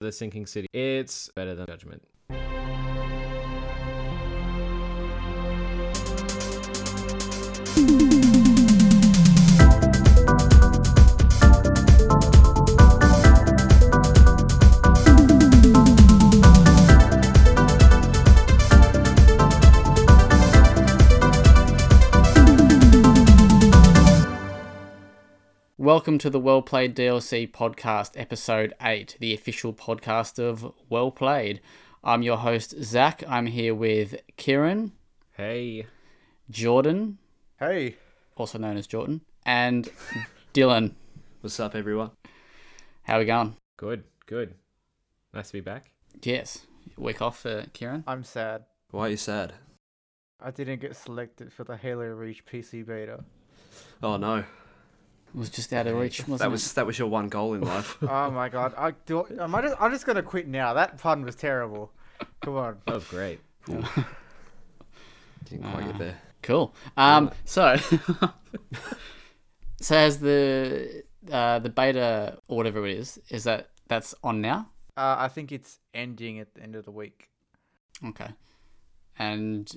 The Sinking City. It's better than Judgment. Welcome to the Well Played DLC podcast, episode 8, the official podcast of Well Played. I'm your host, Zach. I'm here with Kieran, Hey. Jordan, Hey, also known as Jordan, and Dylan. What's up, everyone? How we going? Good, good. Nice to be back. Yes. Week off for Kieran. I'm sad. Why are you sad? I didn't get selected for the Halo Reach PC beta. Oh no, It was just out of reach, wasn't that was that was your one goal in life. Oh my god, I do. Am I just, I'm just gonna quit now. That pun was terrible. Come on. Oh, great. Didn't quite get there. it? Cool. Um, so, so as the uh, the beta or whatever it is, is that that's on now? Uh, I think it's ending at the end of the week. Okay. And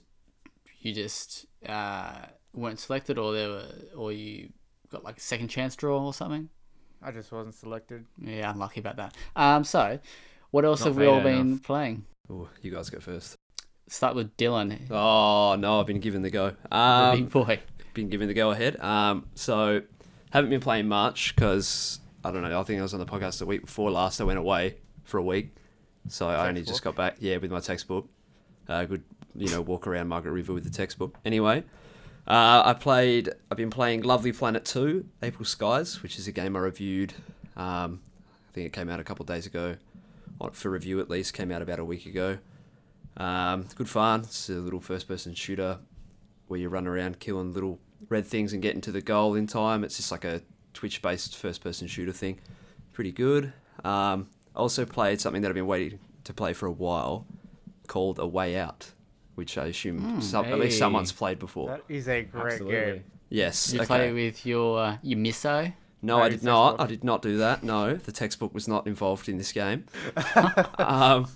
you just uh, weren't selected, or there were, or you got like a second chance draw or something. I just wasn't selected. Yeah, I'm lucky about that. Um, so what else Not have we all beta been enough. playing? Ooh, you guys go first. Start with Dylan, Oh no, I've been given the go. the Um, big boy. been given the go ahead. Um, so haven't been playing much because I don't know. I think I was on the podcast the week before last. I went away for a week, so I only just got back. Yeah, with my textbook. Uh, good, you know, walk around Margaret River with the textbook. Anyway, uh, I played. I've been playing Lovely Planet Two: April Skies, which is a game I reviewed. Um, I think it came out a couple of days ago, or for review at least. Came out about a week ago. Um, it's good fun. It's a little first-person shooter where you run around killing little red things and getting to the goal in time. It's just like a Twitch based first person shooter thing. Pretty good. Um, I also played something that I've been waiting to play for a while called A Way Out, which I assume some, at least hey. someone's played before. That is a great Absolutely. game. yes. You okay. play with your uh, your miso. No, I Very did not. textbook. I did not do that. No, the textbook was not involved in this game. um,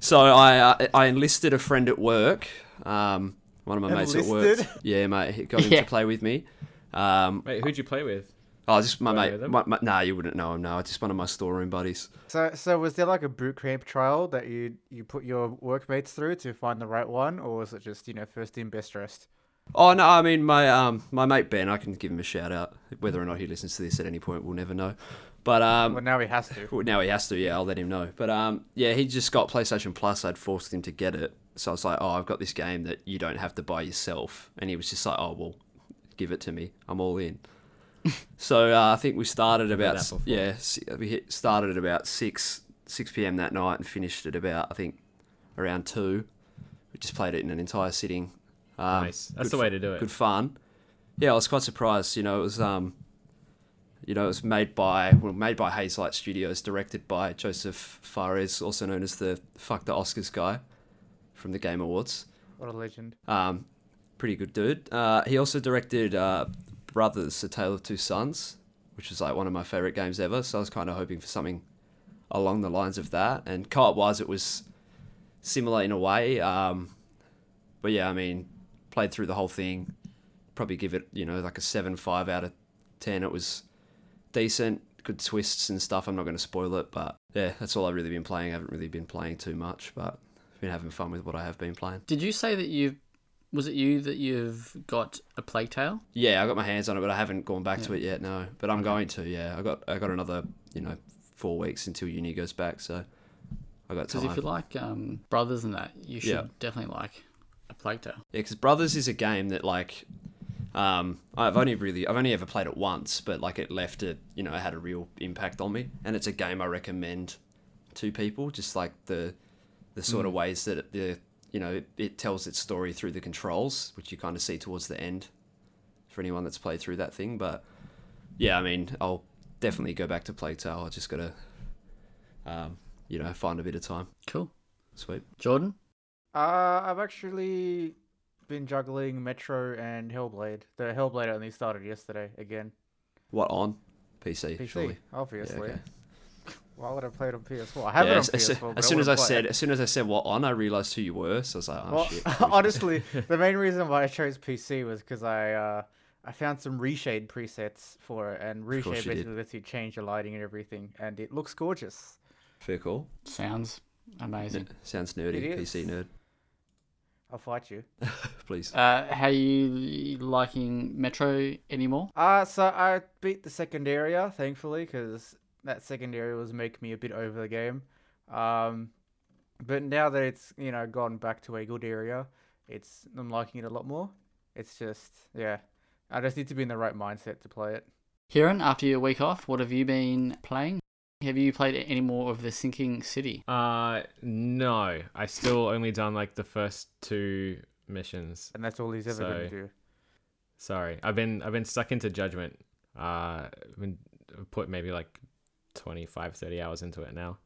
so I uh, I enlisted a friend at work. Um, one of my mates at Enlisted? work. Yeah, mate, he got him Yeah. to play with me. Um, Wait, who'd you play with? oh, just my Play mate. with him? My, my, nah, you wouldn't know him. No, just one of my storeroom buddies. So, so was there like a boot camp trial that you you put your workmates through to find the right one, or was it just you know first in best dressed? Oh no, I mean my um my mate Ben. I can give him a shout out. Whether or not he listens to this at any point, we'll never know. But um, Well, now he has to. Well, now he has to. Yeah, I'll let him know. But um, yeah, he just got PlayStation Plus. I'd forced him to get it, so I was like, "Oh, I've got this game that you don't have to buy yourself," and he was just like, "Oh, well, give it to me. I'm all in." so uh, I think we started about that before. yeah, s- we hit, started at about six six p.m. that night and finished at about I think around two. We just played it in an entire sitting. Um, Nice. That's good the fu- way to do it. Good fun. Yeah, I was quite surprised. You know, it was um, you know, it was made by well, made by Hazelight Studios, directed by Joseph Fares, also known as the fuck the Oscars guy from the Game Awards. What a legend. Um, pretty good dude. Uh, he also directed uh, Brothers: A Tale of Two Sons, which was like one of my favorite games ever. So I was kind of hoping for something along the lines of that. And co-op wise, it was similar in a way. Um, but yeah, I mean, played through the whole thing. Probably give it you know like a seven five out of ten. It was decent, good twists and stuff. I'm not going to spoil it, but yeah, that's all I've really been playing. I haven't really been playing too much, but been having fun with what I have been playing. Did you say that you? Was it you that you've got a plague tale? Yeah, I got my hands on it, but I haven't gone back to it yet. No, but I'm going to. Yeah, I got I got another you know four weeks until uni goes back, so I got time. Because if you like um, brothers and that, you should Yeah. definitely like a plague tale. Yeah, because Brothers is a game that like, um, I've only really I've only ever played it once, but like it left it you know it had a real impact on me, and it's a game I recommend to people. Just like the the sort of ways that it, the you know it, it tells its story through the controls, which you kind of see towards the end for anyone that's played through that thing. But yeah, I mean I'll definitely go back to Plague Tale. I just gotta, um, you know, find a bit of time. Cool, Sweet. Jordan. Uh, I've actually been juggling Metro and Hellblade. The Hellblade only started yesterday again. What on? PC, PC, surely. Yeah, obviously. okay. Why would I play it on PS4? I have Yeah, it on as, as- PS4. but as soon as I wouldn't play said, it. as soon as I said what on, I realized who you were. So I was like, oh well, shit. honestly, the main reason why I chose PC was because I uh, I found some reshade presets for it, and course reshade you did. basically lets you change your lighting and everything, and it looks gorgeous. Fair call. Sounds amazing. Sounds nerdy, It PC is. nerd. I'll fight you. Please. Uh, how you liking Metro anymore? Uh, so I beat the second area, thankfully, because that second area was making me a bit over the game. Um, but now that it's you know gone back to a good area, it's I'm liking it a lot more. It's just yeah, I just need to be in the right mindset to play it. Kieran, after your week off, what have you been playing? Have you played any more of The Sinking City? Uh, no, I still only done like the first two missions. And that's all he's ever going to So- do. Sorry, I've been I've been stuck into Judgment. Uh, I've been I've put maybe like 25, 30 hours into it now.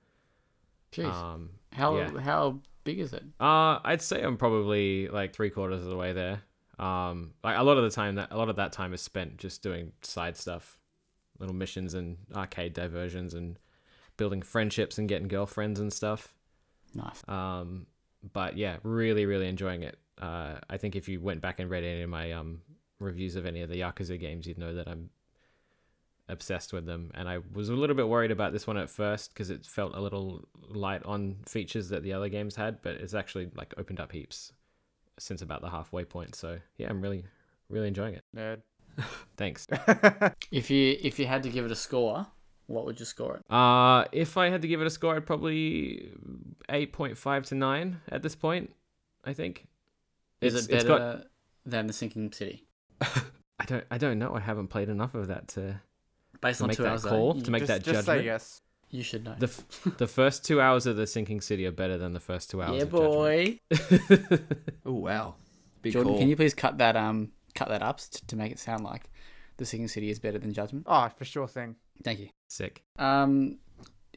Jeez, Um, how yeah. how big is it? Uh, I'd say I'm probably like three quarters of the way there. Um, like a lot of the time that a lot of that time is spent just doing side stuff, little missions and arcade diversions and building friendships and getting girlfriends and stuff. Nice. Um, but yeah, really, really enjoying it. Uh, I think if you went back and read any of my um reviews of any of the Yakuza games, you'd know that I'm obsessed with them. And I was a little bit worried about this one at first because it felt a little light on features that the other games had, but it's actually like opened up heaps since about the halfway point. So yeah, I'm really, really enjoying it. Nerd. Thanks. If you if you had to give it a score, what would you score it? Uh, if I had to give it a score, I'd probably 8.5 to 9 at this point, I think. Is It's- it it's better got- than The Sinking City? I don't I don't know. I haven't played enough of that to, Based to on make two that hours, though, call, you, to make just, that just judgment. say yes. you should know. The f- the first two hours of the sinking city are better than the first two hours. yeah, of boy. Judgment. oh wow. Big Jordan, call. can you please cut that um cut that up to, to make it sound like The Sinking City is better than Judgment? Oh, for sure thing. Thank you. Sick. Um,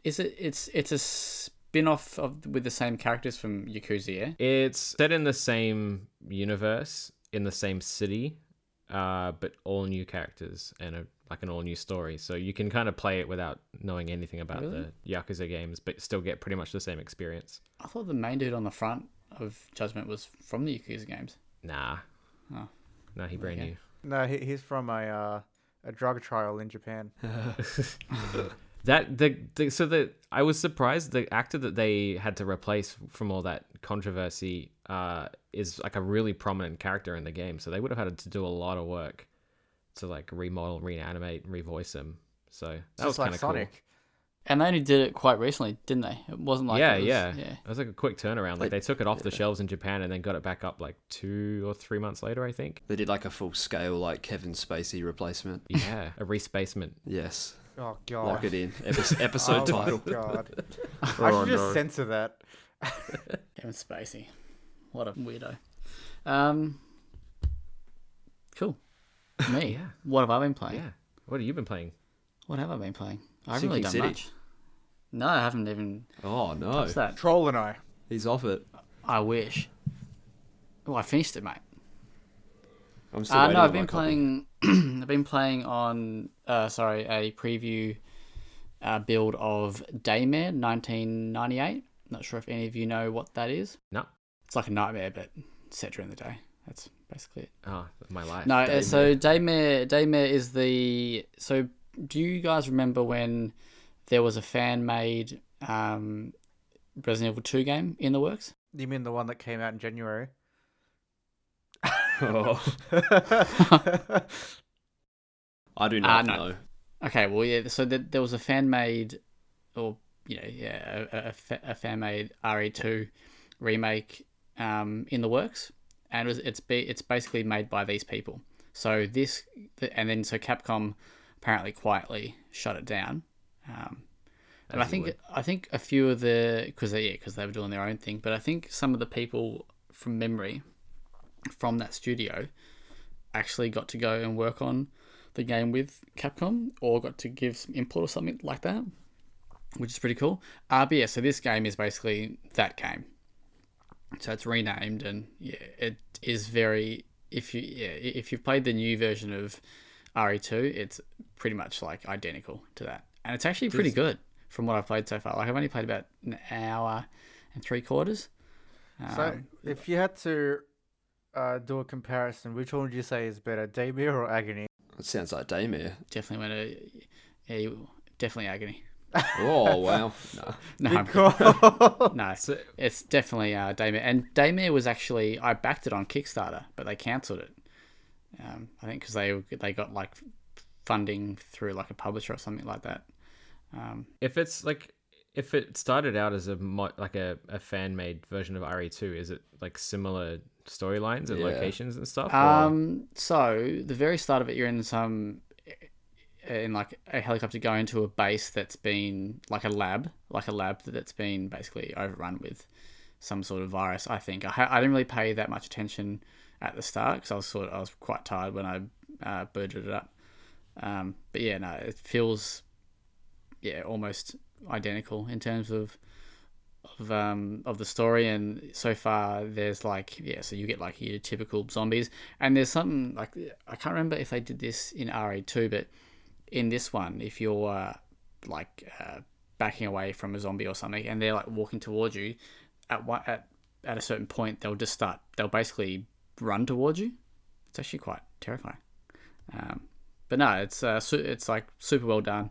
is it? It's it's a spin off of with the same characters from Yakuza. Yeah? It's set in the same universe, in the same city, uh, but all new characters and a, like an all new story. So you can kind of play it without knowing anything about Really? the Yakuza games, but still get pretty much the same experience. I thought the main dude on the front of Judgment was from the Yakuza games. Nah. Oh. Nah, he brand Okay. new. No, he, he's from a uh, a drug trial in Japan. That the, the so the I was surprised the actor that they had to replace from all that controversy uh, is like a really prominent character in the game, so they would have had to do a lot of work to like remodel, reanimate, and revoice him. So that was just kind like of cool. Sonic. And they only did it quite recently, didn't they? It wasn't like yeah, it was- yeah, yeah. It was like a quick turnaround. Like they They- took it off the shelves in Japan and then got it back up like two or three months later, I think. They did like a full scale like Kevin Spacey replacement. Yeah, a respacement. Yes. Oh god. Lock it in. Epi- episode oh title. my god. I should just censor that. Kevin Spacey. What a weirdo. Um, cool. Me? Yeah. What have I been playing? Yeah. What have you been playing? What have I been playing? I haven't Sinking really done City. much. No, I haven't even Oh no. touched that. Troll and I. He's off it. I wish. Oh, I finished it, mate. I'm still Uh, waiting no, on I've my been copy. playing. I've been playing on. Uh, sorry, a preview uh, build of Daymare 1998. Not sure if any of you know what that is. No. It's like a nightmare, but set during the day. That's basically it. Oh, my life. No, uh, so Daymare Daymare is the so do you guys remember when there was a fan made um, Resident Evil 2 game in the works? You mean the one that came out in January? Oh, I do Ah, not no. know. Okay, well yeah, so there, there was a fan made or you know, yeah, a- a, a, fa- a fan made RE2 remake um, in the works and it was, it's be, it's basically made by these people. So this and then so Capcom apparently quietly shut it down. Um, And I As you think would. I think a few of the because they yeah because they were doing their own thing, but I think some of the people from memory from that studio actually got to go and work on the game with Capcom or got to give some input or something like that, which is pretty cool. Uh, but yeah, so this game is basically that game. So it's renamed and yeah, it is very if you yeah if you've played the new version E of RE2, it's pretty much like identical to that, and it's actually pretty good. from what I've played so far. Like I've only played about an hour and three quarters. So, Um, if you had to uh, do a comparison, which one would you say is better, Daemir or Agony? It sounds like Daymere. definitely went to yeah, you, definitely agony. Oh wow. No. No, I'm kidding. Because no, So- it's definitely uh, Daymare. And Daymare was actually I backed it on Kickstarter, but they cancelled it. Um, I think because they they got like funding through like a publisher or something like that. Um, If it's like if it started out as a mo- like a, a fan made version of RE2, is it like similar storylines and Yeah. locations and stuff? or- Um, so the very start of it, you're in some eh, in like a helicopter going to a base that's been like a lab, like a lab that's been basically overrun with some sort of virus. I think I, ha- I didn't really pay that much attention at the start because I was sort of, I was quite tired when I uh, booted it up. Um, but yeah, no, it feels yeah almost identical in terms of of um of the story and so far there's like yeah so you get like your typical zombies and there's something like I can't remember if they did this in RE2 but in this one if you're uh, like uh, backing away from a zombie or something and they're like walking towards you at one, at at a certain point they'll just start they'll basically run towards you it's actually quite terrifying um, but no it's uh, su- it's like super well done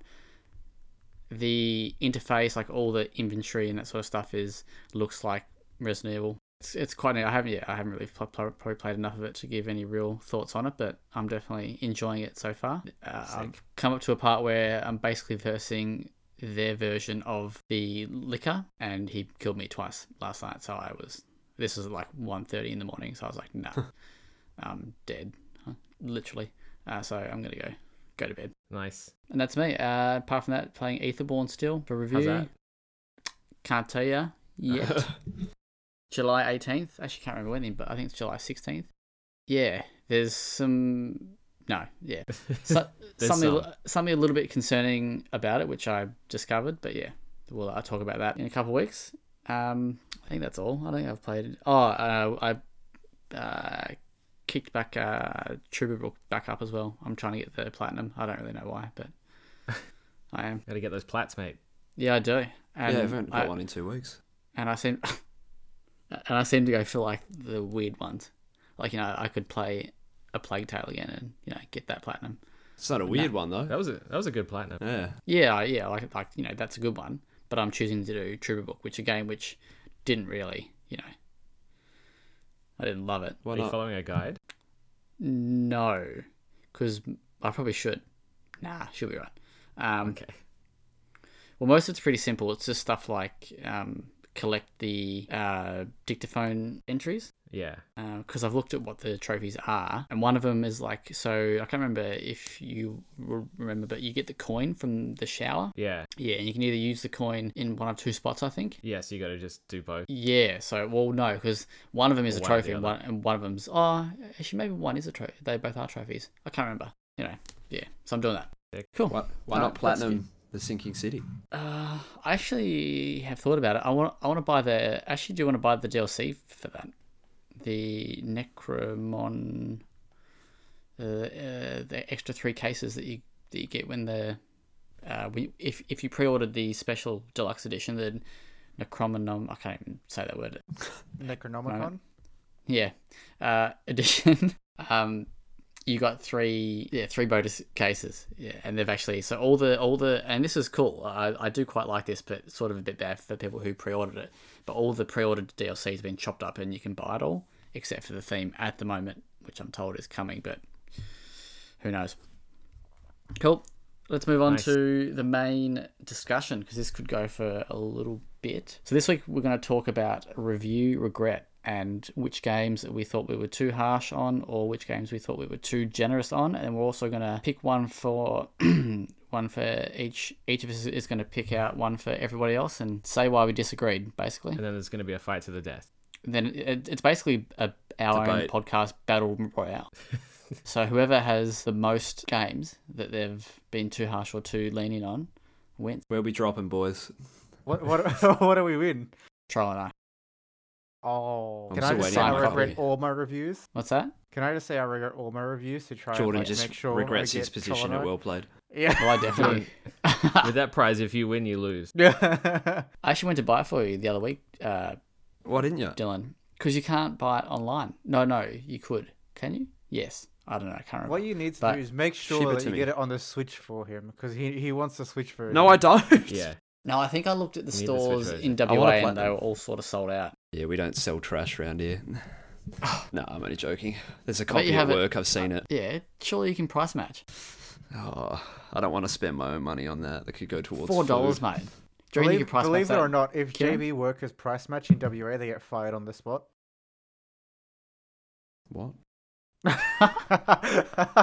the interface, like all the inventory and that sort of stuff, is looks like Resident Evil. It's, it's quite neat. I haven't yet. I haven't really pl- pl- probably played enough of it to give any real thoughts on it, but I'm definitely enjoying it so far. Uh, I've come up to a part where I'm basically versing their version of the liquor, and he killed me twice last night. So I was. This was like 1.30 in the morning, so I was like, no, I'm dead, literally. Uh, so I'm gonna go go to bed. nice. And that's me. Uh, apart from that, playing Etherborn still for review. How's that? Can't tell you yet. July 18th. Actually, can't remember when, in, but I think it's July 16th. Yeah, there's some. No, yeah. So, There's something, some. something a little bit concerning about it, which I discovered, but yeah, we'll I'll talk about that in a couple of weeks. Um, I think that's all. I think I've played. Oh, uh, I uh, kicked back uh, Trooper back up as well. I'm trying to get the platinum. I don't really know why, but I am. Gotta get those plats, mate. Yeah, I do. Yeah, I And haven't got I- one in two weeks. and I seem and I seem to go for like the weird ones. Like you know, I could play a Plague Tale again and you know get that platinum. It's not a weird one though. That was a that was a good platinum. Yeah. Yeah, yeah, like like you know that's a good one. But I'm choosing to do Trooper Book, which a game which didn't really you know. I didn't love it. Why Are you not? following a guide? No, because I probably should. Nah, she'll be right. Um, Okay. Well, most of it's pretty simple. It's just stuff like um, collect the uh, dictaphone entries. Yeah. because I've looked at what the trophies are, and one of them is like so. I can't remember if you re- remember, but you get the coin from the shower. Yeah. Yeah, and you can either use the coin in one of two spots, I think. Yeah, so you gotta just do both. Yeah, so well, no, because one of them is a One or the trophy, and one, other. and one of them's oh, actually maybe one is a trophy. They both are trophies. I can't remember. You know, yeah. So I'm doing that. Sick. Cool. Why, why No, not that's platinum the sinking city? Uh, I actually have thought about it. I want I want to buy the actually do want to buy the DLC for that. The Necromon uh, uh, the extra 3 cases that you that you get when the uh, when, if if you pre-ordered the special deluxe edition the Necromon I can't even say that word. Necronomicon. Yeah. Uh, edition. um, you got three, yeah, three bonus cases. Yeah, and they've actually so all the all the and this is cool. I, I do quite like this, but sort of a bit bad for people who pre-ordered it. But all the pre-ordered DLC has been chopped up, and you can buy it all except for the theme at the moment, which I'm told is coming, but who knows? Cool. Let's move on Nice. to the main discussion because this could go for a little bit. So this week we're going to talk about review regret and which games we thought we were too harsh on or which games we thought we were too generous on and we're also going to pick one for one for each each of us is going to pick out one for everybody else and say why we disagreed basically And then there's gonna be a fight to the death. then it, it's basically a, our Debate. own podcast battle royale. so whoever has the most games that they've been too harsh or too lenient on wins. Where we dropping boys? What what what do we win? Trial and I. Oh, I'm can I still just waiting say on I my regret copy. all my reviews? What's that? Can I just say I regret all my reviews to try and Jordan like, just make sure I regrets his get position Colono? at well played. Oh, Yeah. I definitely. With that prize, if you win, you lose. I actually went to buy it for you the other week, uh, Why didn't you? Dylan, because you can't buy it online. No, no, you could. Can you? Yes. I don't know. I can't remember. what you need to But do is make ship sure it that to you me. get it on the Switch for him because he he wants the Switch version. No, I don't. Yeah. No, I think I looked at the Need the Switch stores in version. WA I wanna play and they them. were all sort of sold out. Yeah, we don't sell trash around here. no, I'm only joking. There's a bet you copy at have it- work. I've seen it. Yeah, surely you can price match. Oh, I don't want to spend my own money on that. That could go towards Four dollars, food. mate. Do you reckon you Believe, could price believe it match or that? not, if Kieran? JB workers price match in WA, they get fired on the spot. What? yeah,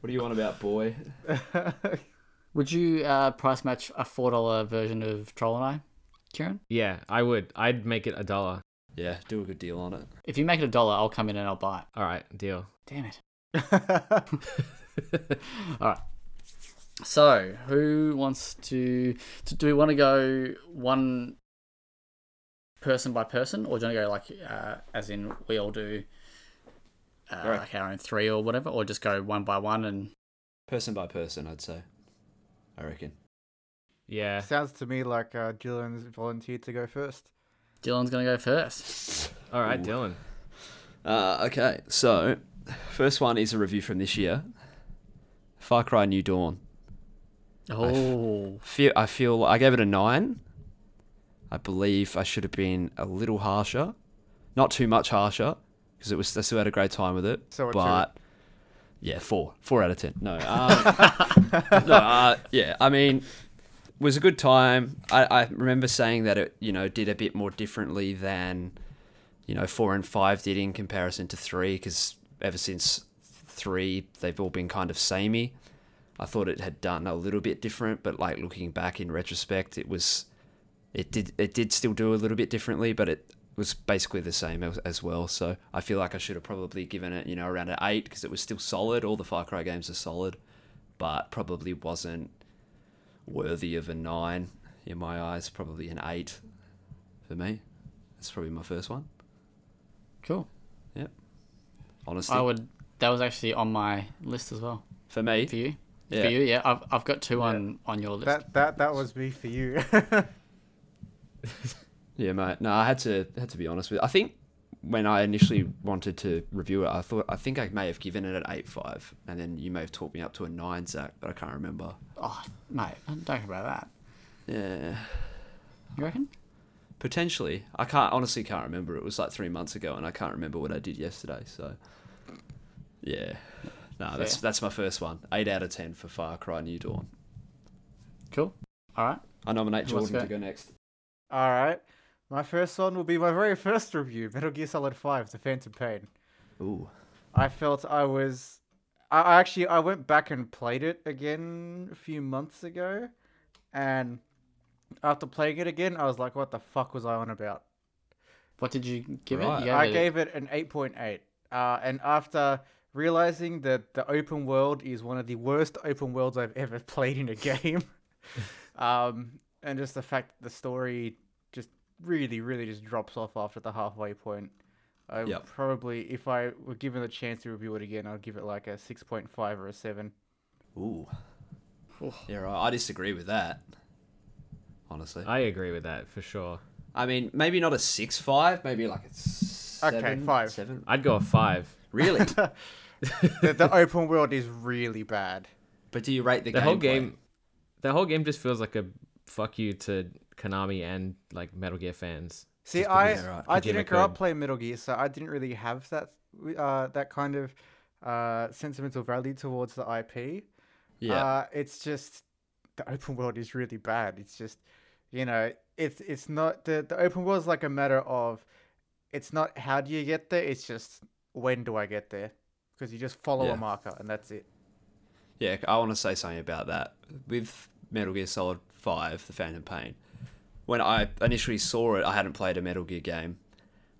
What do you want about, boy? Would you uh, price match a four dollar version of Troll and I, Kieran? Yeah, I would. I'd make it a dollar. Yeah, do a good deal on it. If you make it a dollar, I'll come in and I'll buy it. All right, deal. Damn it. All right. So, who wants to, to do we want to go one person by person, or do you want to go like uh, as in we all do uh, Alright. like our own three or whatever, or just go one by one and Person by person, I'd say. I reckon. Yeah. Sounds to me like uh, Dylan's volunteered to go first. Dylan's gonna go first. All right, Ooh. Dylan. Uh, okay, so first one is a review from this year. Far Cry New Dawn. Oh, Feel I feel I gave it a nine. I believe I should have been a little harsher, not too much harsher, because it was I still had a great time with it. So a two. but yeah, four, four out of ten. No, um, no, uh, yeah. I mean, it was a good time. I, I remember saying that it you know did a bit more differently than you know four and five did in comparison to three, because ever since three they've all been kind of samey. I thought it had done a little bit different, but like looking back in retrospect, it was it did it did still do a little bit differently, but it was basically the same as, as well. So I feel like I should have probably given it you know around an eight because it was still solid. All the Far Cry games are solid, but probably wasn't worthy of a nine in my eyes. Probably an eight for me. That's probably my first one. cool. Honestly, I would. That was actually on my list as well for me, for you. yeah. For you, yeah. I've, I've got two on on your list. That that that was me for you. Yeah, mate. No, I had to had to be honest with. You. I think when I initially wanted to review it, I thought I think I may have given it an eight five, and then you may have talked me up to a nine, Zach, but I can't remember. Oh, mate, don't talk about that. Yeah, You reckon? potentially. I can't honestly can't remember. It was like three months ago, and I can't remember what I did yesterday. So, yeah. No, that's Fair. that's my first one. Eight out of ten for Far Cry New Dawn. Cool. All right. I nominate Who wants Jordan to to go? go next. All right, my first one will be my very first review: Metal Gear Solid Five: The Phantom Pain. Ooh, I felt I was. I- I actually I went back and played it again a few months ago, and after playing it again, I was like, "What the fuck was I on about?" What did you give Right. it? You I it- gave it an 8.8. Uh, and after realizing that the open world is one of the worst open worlds I've ever played in a game, um, and just the fact that the story just really, really just drops off after the halfway point, I Yep. probably, if I were given the chance to review it again, I'd give it like a 6.5 or a 7. ooh. Oof. Yeah, right. I disagree with that. Honestly. I agree with that for sure. I mean, maybe not a six five, maybe like a seven. five. Seven. I'd go a five. Really? the, the open world is really bad. but do you rate the, The whole gameplay? game, the whole game just feels like a fuck you to Konami and like Metal Gear fans. See, Just I because they're, uh, I Kojima didn't grow up code. playing Metal Gear, so I didn't really have that uh, that kind of uh, sentimental value towards the IP. Yeah. Uh, it's just the open world is really bad. It's just you know, it's it's not the the open world is like a matter of it's not how do you get there. It's just when do I get there? Because you just follow Yeah. a marker and that's it. yeah, I want to say something about that. With Metal Gear Solid 5, The Phantom Pain, when I initially saw it, I hadn't played a Metal Gear game.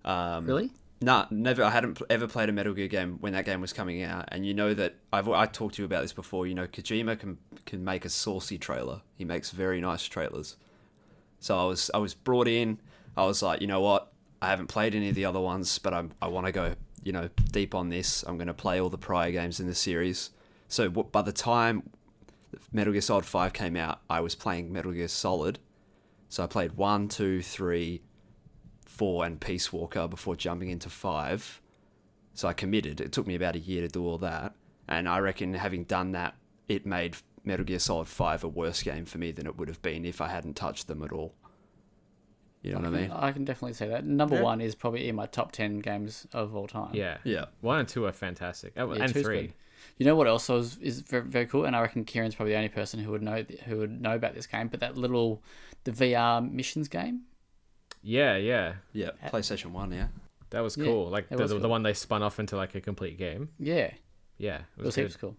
Um, Really? Nah, never. I hadn't pl- ever played a Metal Gear game when that game was coming out, and you know that I've I talked to you about this before. You know, Kojima can can make a saucy trailer. He makes very nice trailers. So I was I was brought in. I was like, you know what? I haven't played any of the other ones, but I'm, I want to go, you know, deep on this. I'm going to play all the prior games in the series. So w- by the time Metal Gear Solid 5 came out, I was playing Metal Gear Solid. So I played 1, 2, 3, 4, and Peace Walker before jumping into 5. So I committed. It took me about a year to do all that. And I reckon having done that, it made Metal Gear Solid 5 a worse game for me than it would have been if I hadn't touched them at all. You know what I mean? I can definitely say that. Number one is probably in my top ten games of all time. Yeah. Yeah. One and two are fantastic. Oh, Um, Yeah, and two's three. good. You know what else was, is very, very cool, and I reckon Kieran's probably the only person who would know th- who would know about this game. But that little, the VR missions game. Yeah, yeah. Yeah. PlayStation 1, yeah. That was Yeah, cool. like that the, was the cool. one they spun off into like a complete game. Yeah, it Yeah. It was was good. heaps cool.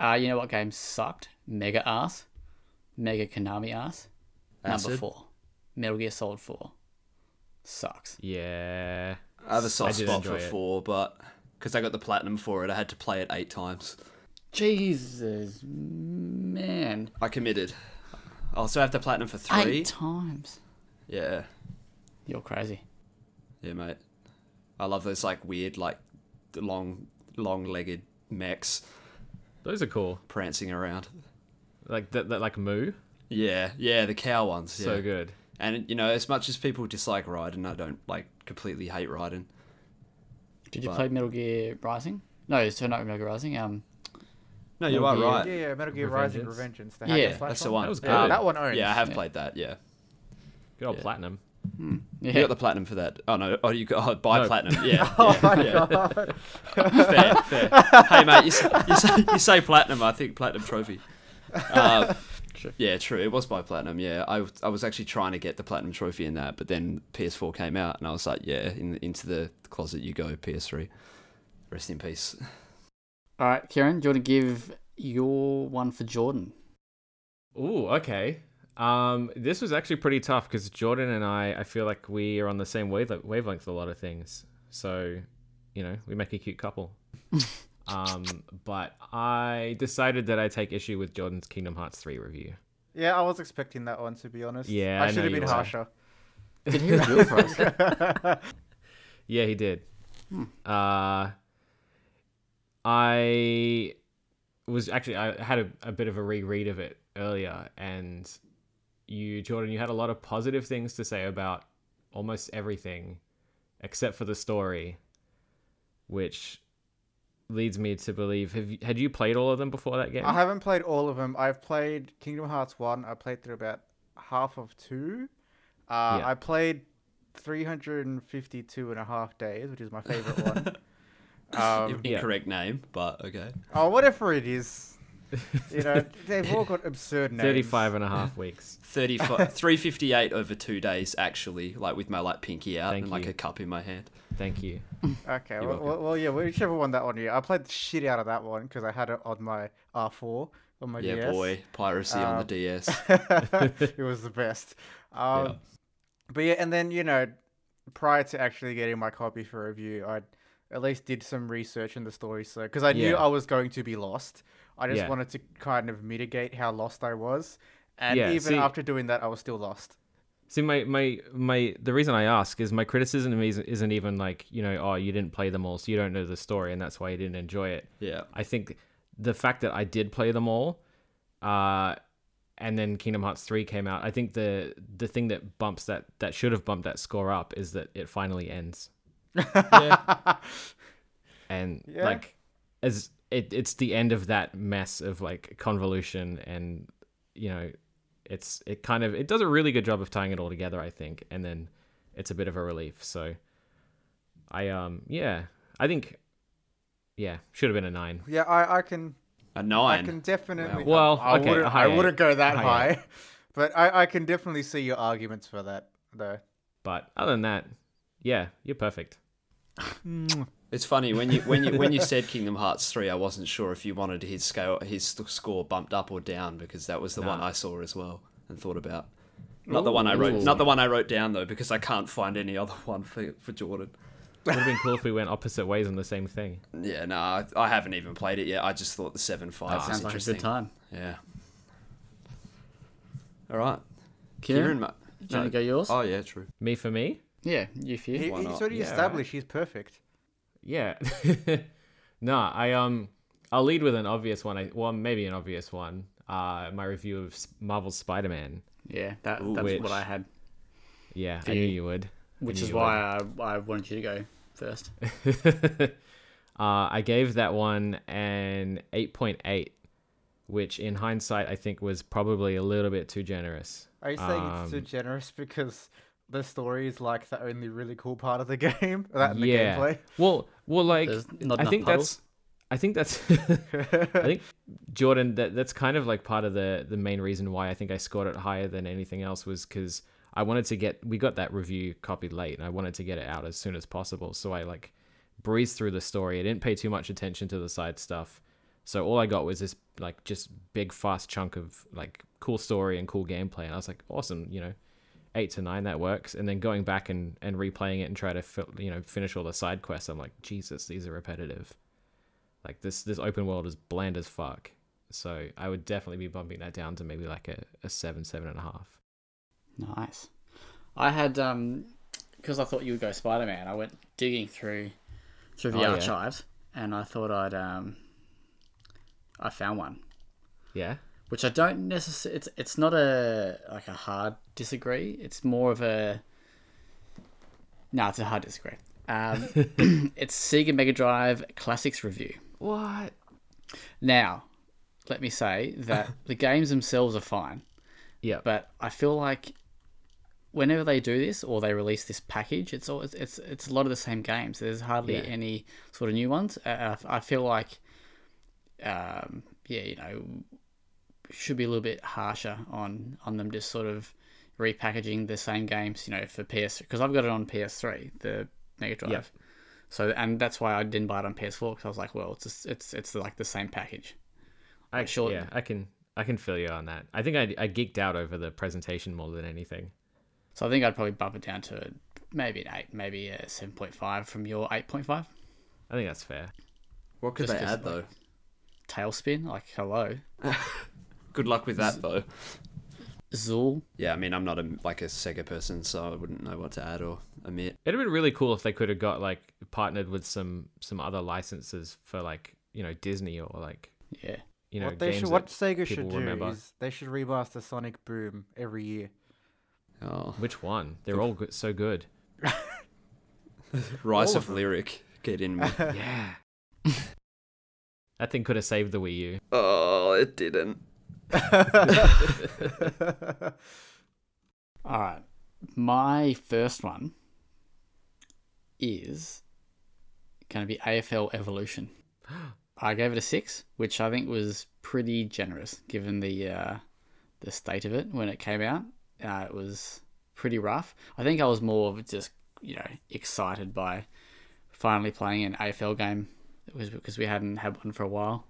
Uh, you know what game sucked? Mega ass, Mega Konami ass. Number Acid. four, Metal Gear Solid Four, sucks. Yeah. I have a I soft did spot for enjoy it. 4, but because I got the platinum for it, I had to play it eight times. Jesus, man, I committed. I also have the platinum for 3. eight times. Yeah. You're crazy. Yeah, mate. I love those like weird, like long, long-legged mechs Those are cool. prancing around. Like that, that like Moo. Yeah, yeah, the cow ones. Yeah. So good. And you know, as much as people dislike Raiden, I don't like completely hate Raiden. Did you But- play Metal Gear Rising? No, so not Metal Gear Rising. Um, No, you are yeah. right. Yeah, yeah, Metal Gear Rising Revengeance. The hack Yeah, and slash That's the one. one. That was Um, good. that one owns. yeah, I have Yeah. played that. Yeah. Good old Yeah. platinum. You yeah, got the platinum for that. Oh no! Oh, you got oh, buy No. platinum. Yeah. Oh yeah, my yeah. god. fair, fair. Hey, mate, you, s- you, say, you say platinum. I think platinum trophy. Uh, Yeah, true. It was by platinum. Yeah, I, w- I was actually trying to get the platinum trophy in that, but then PS4 came out, and I was like, yeah, in, into the closet you go, PS3. Rest in peace. All right, Kieran, do you want to give your one for Jordan? Ooh, okay. Um, this was actually pretty tough because Jordan and I, I feel like we are on the same wave- wavelength with a lot of things. So, you know, we make a cute couple. Ah, um, but I decided that I take issue with Jordan's Kingdom Hearts 3 review. yeah, I was expecting that one to be honest. Yeah, I I should know have been you were. harsher. Did he review it for us? Yeah, he did. Hmm. Uh, I was actually I had a, a bit of a reread of it earlier, and you, Jordan, you had a lot of positive things to say about almost everything, except for the story, which leads me to believe have you, had you played all of them before that game? I haven't played all of them. I've played Kingdom Hearts 1. I played through about half of 2. Uh, Yeah. I played 352 and a half days, which is my favorite one. Um, Yeah. Incorrect name, but okay. oh, whatever it is. You know, they've all got absurd names. 35 and a half weeks. 35, 358 over two days, actually, like with my like pinky out Thank and like you. a cup in my hand. Thank you. Okay, well, welcome. well, well, yeah, whichever one that one. Yeah, I played the shit out of that one because I had it on my R4 on my Yeah, DS. boy. Piracy on the Um, DS. it was the best. Um, Yeah. But yeah, and then you know, prior to actually getting my copy for review, I at least did some research in the story, so because I knew Yeah. I was going to be lost, I just Yeah. wanted to kind of mitigate how lost I was. And Yeah, even see- after doing that, I was still lost. See, my, my, my, the reason I ask is my criticism isn't isn't even like, you know, oh, you didn't play them all, so you don't know the story, and that's why you didn't enjoy it. Yeah. I think the fact that I did play them all, uh, and then Kingdom Hearts three came out, I think the the thing that bumps that that should have bumped that score up is that it finally ends, Yeah. and Yeah. like as it, it's the end of that mess of like convolution and you know it's it kind of it does a really good job of tying it all together i think and then it's a bit of a relief so i um yeah i think yeah should have been a nine yeah, I, I can A nine. I can definitely. Well, I okay, wouldn't, a I high wouldn't go that High high, but I, I can definitely see your arguments for that, though. But other than that, yeah, you're perfect. It's funny when you when you when you said Kingdom Hearts three, I wasn't sure if you wanted his scale his st- score bumped up or down because that was the one I saw as well and thought about. Not the one I wrote, not the one I wrote down though, because I can't find any other one for for Jordan. Would have been cool if we went opposite ways on the same thing. Yeah, no, I, I haven't even played it yet. I just thought the seven five was Sounds like a interesting. good time. Yeah. All right, Kieran, Kieran. ma- do you want no. to go yours? Oh yeah, true. Me for me? Yeah, you fear. He, Why he's not? already Yeah, right. established he's perfect. Yeah. nah, I um I'll lead with an obvious one. I well, maybe an obvious one. Uh my review of S- Marvel's Spider-Man. Yeah, that, Ooh. that's Which- what I had, Yeah, I Do knew you- you would. I which knew is you would. why I, I wanted you to go first. uh, I gave that one an 8.8, which in hindsight I think was probably a little bit too generous. Are you saying it's too Um, generous because the story is like the only really cool part of the game? That and the yeah. gameplay? Well, well, like There's not I enough think puddles. that's, I think that's, I think Jordan, that that's kind of like part of the the main reason why I think I scored it higher than anything else was because I wanted to get we got that review copied late and I wanted to get it out as soon as possible. So I like breezed through the story. I didn't pay too much attention to the side stuff. So all I got was this like just big fast chunk of like cool story and cool gameplay, and I was like, awesome, you know, eight to nine that works. And then going back and and replaying it and try to fi- you know finish all the side quests, I'm like, Jesus, these are repetitive. Like this this open world is bland as fuck. So I would definitely be bumping that down to maybe like a, a seven, seven and a half. Nice. I had um because I thought you would go Spider Man. I went digging through through the Oh, yeah. archives, and I thought I'd um I found one, Yeah. which I don't necessarily. It's it's not a like a hard disagree. It's more of a no. It's a hard disagree. Um, it's Sega Mega Drive Classics review. What? Now, let me say that the games themselves are fine. Yeah. but I feel like whenever they do this or they release this package, it's all it's it's, it's a lot of the same games. There's hardly Yeah. any sort of new ones. Uh, and I f- I feel like, um, yeah, you know, should be a little bit harsher on on them just sort of repackaging the same games. You know, for PS because I've got it on PS3, the Mega Drive. Yep. So and that's why I didn't buy it on PS4 because I was like, well, it's just, it's it's like the same package. I, sure- Yeah, I can I can feel you on that. I think I I geeked out over the presentation more than anything. So I think I'd probably bump it down to maybe an eight, maybe a seven point five from your eight point five. I think that's fair. What could Just they 'cause, add though? like- Tailspin, like hello, Good luck with that though. Zool. Yeah, I mean, I'm not a, like a Sega person, so I wouldn't know what to add or omit. It'd have been really cool if they could have got like partnered with some some other licenses for like you know Disney or like Yeah, you know what they games should, that what Sega people should do remember. is they should remaster Sonic Boom every year. Oh, Which one? They're all good, so good. Rise All of, of them. Lyric, get in. With... yeah. that thing could have saved the Wii U. oh, it didn't. All right. My first one is going to be AFL Evolution. I gave it a six, which I think was pretty generous given the uh, the state of it when it came out. Uh, it was pretty rough. I think I was more of just you know excited by finally playing an AFL game. It was because we hadn't had one for a while.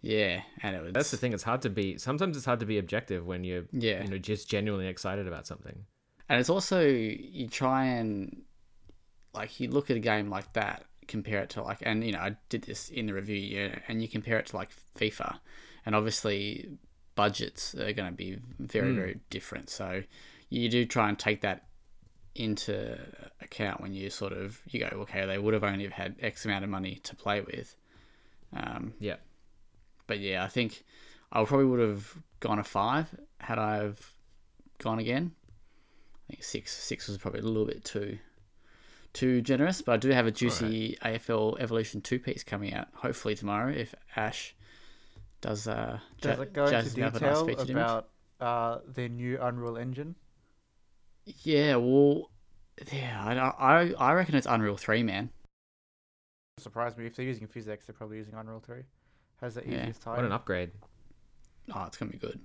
Yeah, and it was That's the thing. It's hard to be. Sometimes it's hard to be objective when you're, Yeah. you know, just genuinely excited about something. And it's also you try and like you look at a game like that, compare it to like, and you know I did this in the review, yeah, and you compare it to like FIFA, and obviously budgets are going to be very very different. So you do try and take that into account when you sort of you go okay they would have only have had X amount of money to play with. Um, Yeah. but yeah, I think I probably would have gone a five had I've gone again. I think six six was probably a little bit too too generous, but I do have a juicy AFL Evolution two piece coming out hopefully tomorrow if Ash does uh ja- Does it go into jazzes me up a nice detail featured image. about uh, their new Unreal Engine? yeah well yeah I, I I reckon it's Unreal three man Surprise me if they're using physics, they're probably using Unreal Three. Has the Yeah. easiest What an time. upgrade. oh, it's gonna be good.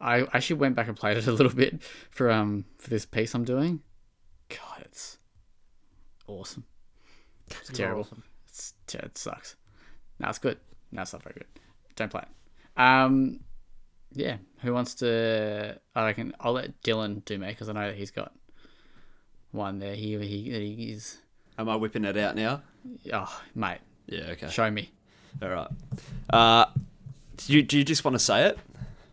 I actually went back and played it a little bit for um for this piece I'm doing. God, it's awesome. It's terrible. It's ter- it sucks. No, it's good. No, it's not very good. Don't play it. Um, yeah. Who wants to? I reckon I'll let Dylan do me because I know that he's got one there. He he that he is. Am I whipping it out now? Oh, mate, Yeah. Okay. show me All right. Uh, do you, do you just want to say it?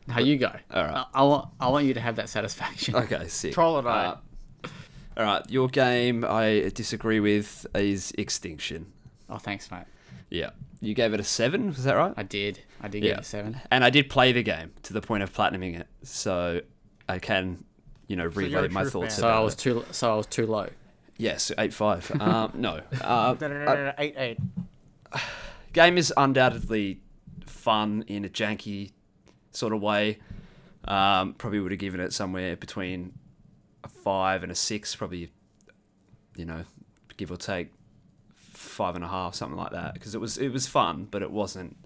how you go. All right. I, I want I want you to have that satisfaction. Okay. Sick. Trollodite. Uh, All right, your game I disagree with is Extinction. Oh, thanks, mate. Yeah, you gave it a seven. Was that right? I did. I did Yeah. get a seven. And I did play the game to the point of platinuming it, so I can, you know, you're a relay my true thoughts. fan. So about I was it. too. So I was too low. yes, eight five. Um, no, uh, No, no, no, I- no, no, eight, eight. game is undoubtedly fun in a janky sort of way. Um, probably would have given it somewhere between a five and a six, probably, you know, give or take five and a half, something like that. Because it was it was fun, but it wasn't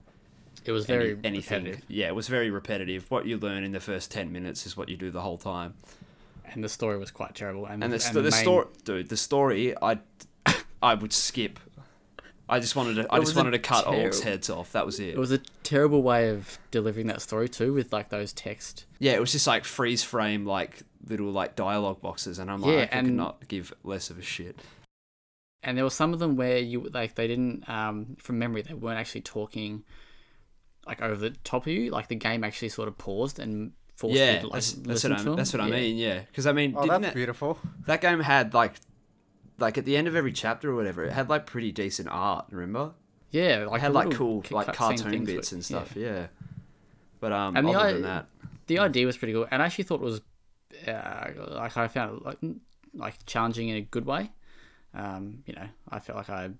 It was any- very anything. repetitive, Yeah, it was very repetitive. What you learn in the first ten minutes is what you do the whole time. and the story was quite terrible. And, And the, sto- and the main- story, dude, the story, I, I would skip. I just wanted to. I It just was a wanted to cut all terrible- heads off. That was it. It was a terrible way of delivering that story too, with like those text. yeah, it was just like freeze frame, like little like dialogue boxes, and I'm like, Yeah, I could and- not give less of a shit. And there were some of them where you like they didn't, um, from memory, they weren't actually talking like over the top of you. Like the game actually sort of paused and forced Yeah, you to like that's, that's listen what I to 'em. that's what I Yeah. mean. Yeah, because I mean, Oh, didn't that's it, beautiful. that game had like, like at the end of every chapter or whatever, it had like pretty decent art. Remember, Yeah, like it had the like little cool cut- like cutscene cartoon things bits were- and yeah. stuff. Yeah, but um, And the other i- than that, the idea was pretty cool, and I actually thought it was uh, like I found it like like challenging in a good way. Um, you know, I felt like I,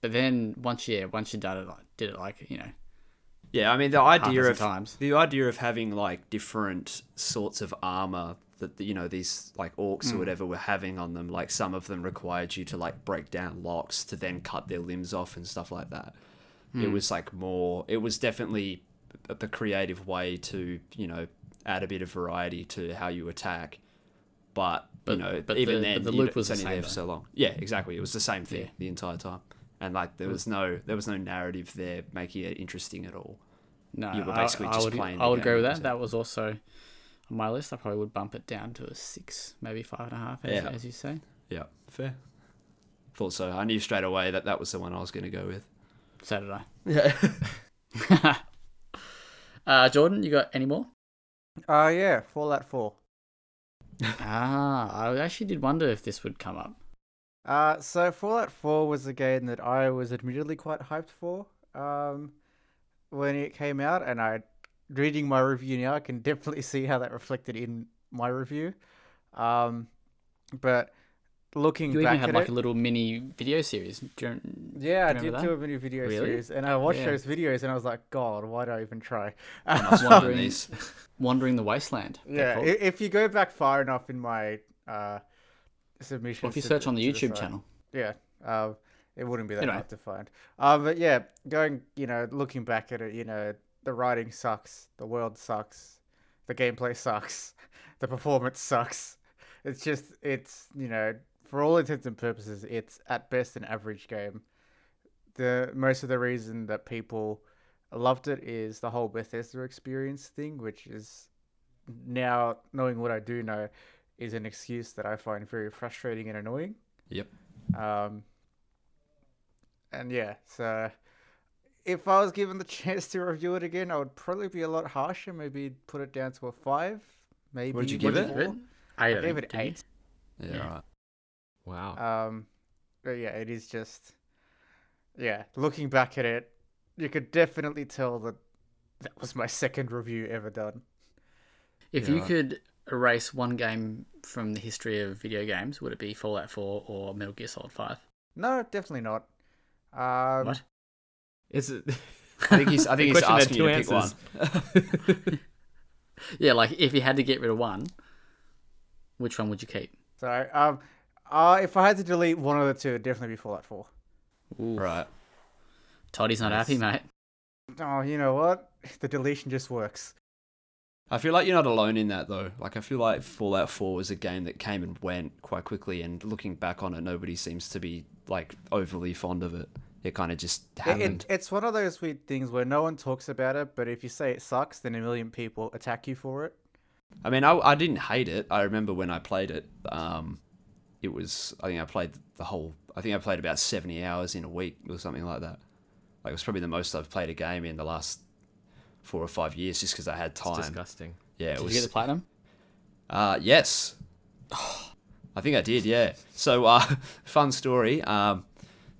but then once yeah, once you did it, like, did it like you know, Yeah, I mean the idea dozen of times. the idea of having like different sorts of armor that you know these like orcs Hmm. or whatever were having on them. Like some of them required you to like break down locks to then cut their limbs off and stuff like that. Hmm. It was like more. It was definitely a, a creative way to you know add a bit of variety to how you attack. But, But- you know, but even the- then, but the you loop know, was it's the only there same, for though. so long. Yeah, exactly. It was the same thing Yeah. the entire time, and like there was no there was no narrative there making it interesting at all. no, You were I- basically I, just would, playing I the would game, agree with like you that. That was also on my list. I probably would bump it down to a six, maybe five and a half, as, Yeah. as you say. Yeah, fair. Thought so. I knew straight away that that was the one I was going to go with. So did Yeah. I. uh, Jordan, you got any more? Uh, yeah, Fallout 4. ah, I actually did wonder if this would come up. Uh, so Fallout 4 was a game that I was admittedly quite hyped for um, when it came out, and I, reading my review now, I can definitely see how that reflected in my review. Um, but looking You back even had at like it, a little mini video series. Do you, yeah, I do you did remember do a mini video Really? series, and I watched Yeah. those videos, and I was like, God, why did I even try? Wondering. wondering- Wandering the Wasteland. they're yeah, i- called. if you go back far enough in my uh, submission, or if you search on the YouTube channel. Yeah, um, it wouldn't be that Anyway. hard to find. Um, but yeah, going, you know, looking back at it, you know, the writing sucks, the world sucks, the gameplay sucks, the performance sucks. It's just, it's, you know, for all intents and purposes, it's at best an average game. The most of the reason that people loved it is the whole Bethesda experience thing, which is now knowing what I do know is an excuse that I find very frustrating and annoying. Yep. Um, and yeah, so if I was given the chance to review it again, I would probably be a lot harsher. Maybe put it down to a five. Maybe What did you give a it? four. I, I gave it eight. Yeah. Yeah. Right. Wow. Um, but yeah, it is just, yeah. Looking back at it, you could definitely tell that that was my second review ever done. If Yeah, you right. could erase one game from the history of video games, would it be Fallout 4 or Metal Gear Solid 5? No, definitely not. Um, What? Is it? I think he's. I think The he's question had asking you two to pick one. answers. Yeah, like if you had to get rid of one, which one would you keep? So um, uh, if I had to delete one of the two, it'd definitely be Fallout Four. Ooh, Right. Toddy's not happy, mate. Oh, you know what? The deletion just works. I feel like you're not alone in that though. Like I feel like Fallout 4 was a game that came and went quite quickly, and looking back on it, nobody seems to be like overly fond of it. It kind of just It, happened. it, it's one of those weird things where no one talks about it, but if you say it sucks, then a million people attack you for it. I mean, I, I didn't hate it. I remember when I played it. Um, it was I think I played the whole. I think I played about seventy hours in a week or something like that. Like it was probably the most I've played a game in the last four or five years, just because I had It's time. disgusting. Yeah, it Did you get was. the platinum? Uh, yes. uh, I think I did, yeah. So, uh, fun story. Um,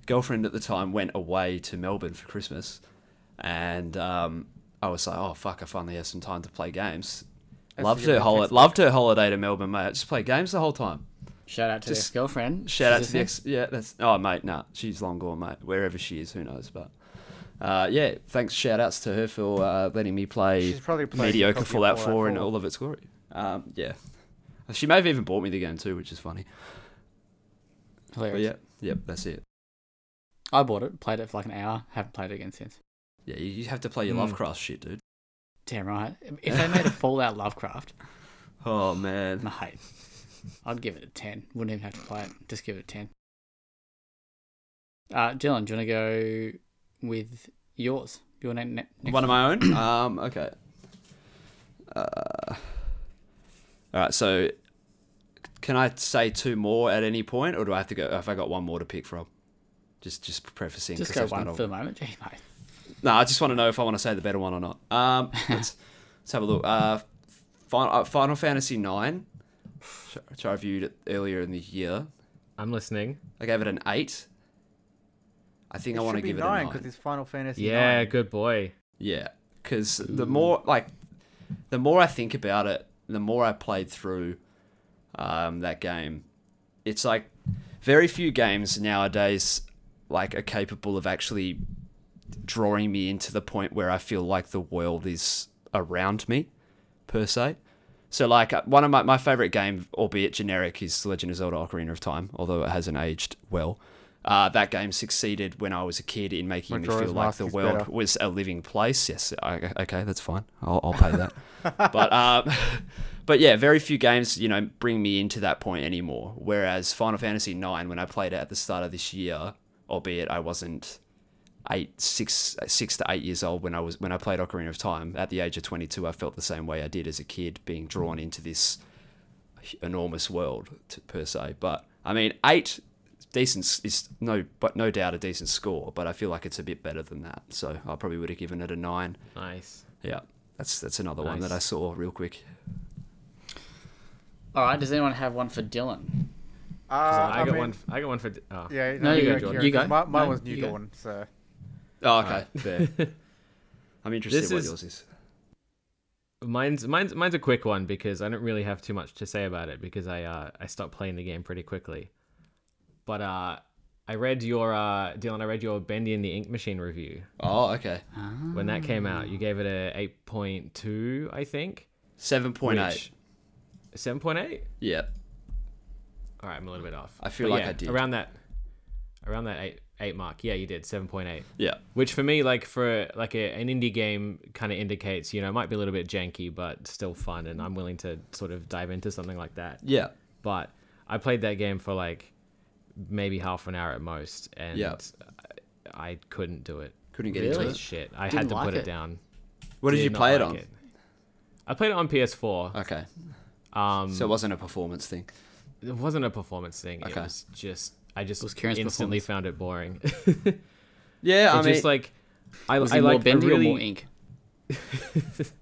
girlfriend at the time went away to Melbourne for Christmas, and um, I was like, "Oh fuck, I finally have some time to play games." That's loved a good her holiday. text. Loved her holiday to Melbourne, mate. I just played games the whole time. Shout out to Just- this girlfriend. Shout out She's to the listening. ex. Yeah, that's. Oh, mate, nah, she's long gone, mate. Wherever she is, who knows? But uh, yeah, thanks. Shout outs to her for uh, letting me play She's probably playing mediocre copy of Fallout 4 in 4. all of its glory. Um, yeah, she may have even bought me the game too, which is funny. But Hilarious. Oh, yeah, yep, that's it. I bought it, played it for like an hour, haven't played it again since. Yeah, you, you have to play your Hmm. Mm. Lovecraft shit, dude. Damn right. If they made a Fallout Lovecraft, Oh man, mate, I'd give it a 10. Wouldn't even have to play it. Just give it a 10. Uh, Dylan, do you want to go with yours? Your ne- ne- next one of my own. um, okay. Uh, all right, so can I say two more at any point, or do I have to go? Have I got one more to pick from? Just, just prefacing. Just 'cause go there's one not a- for the moment. Gee, mate. No, I just want to know if I want to say the better one or not. Um, let's, let's have a look. Uh, Final, uh, Final Fantasy Nine, which I reviewed it earlier in the year. I'm listening. I gave it an eight. I think It I want to should be give nine it a nine. because it's Final Fantasy. Yeah, nine. good boy. Yeah, because the more like, the more I think about it, the more I played through um, that game. It's like very few games nowadays like are capable of actually drawing me into the point where I feel like the world is around me, per se. So like uh, one of my, my favorite game, albeit generic, is The Legend of Zelda: Ocarina of Time, although it hasn't aged well. Uh, that game succeeded when I was a kid in making me Majora's feel like Mask the is world better. was a living place. Yes, I, okay, that's fine. I'll, I'll pay that. but um, but yeah, very few games you know bring me into that point anymore. Whereas Final Fantasy IX, when I played it at the start of this year, albeit I wasn't eight six six to eight years old when I was when I played Ocarina of Time at the age of twenty two I felt the same way I did as a kid being drawn into this enormous world to, per se but I mean eight decent s- is no but no doubt a decent score but I feel like it's a bit better than that so I probably would have given it a nine Nice. yeah that's that's another one Nice. that I saw real quick All right, does anyone have one for Dylan? Uh, I, got mean, one. I got one for. Oh. Yeah, No, you go, Jordan. Kieran, You go. 'cause My, mine No, was New you go. Dawn, so oh okay. fair I'm interested This what is- yours is Mine's mine's mine's a quick one because I don't really have too much to say about it because I uh, I stopped playing the game pretty quickly. But uh, I read your uh, Dylan. I read your Bendy and the Ink Machine review oh okay when that came out. Mm. You gave it a eight point two, I think. seven point eight Which- Seven point eight. yeah All right, I'm a little bit off. I feel But like yeah, I did. around that, around that eight eight mark. Yeah, you did seven point eight. yeah which for me like for like a, an indie game kind of indicates you know it might be a little bit janky but still fun and i'm willing to sort of dive into something like that yeah but i played that game for like maybe half an hour at most and Yeah. I, I couldn't do it couldn't get it into Really? was it shit i Didn't had to like put it, it? down what did, you not play it like on i played it on ps4 okay um Uh, So it wasn't a performance thing. it wasn't a performance thing Okay. it was just i just was Kieran's instantly performance. found it boring Yeah, I it's mean, just like i, Was I it more like bendy really, or more ink?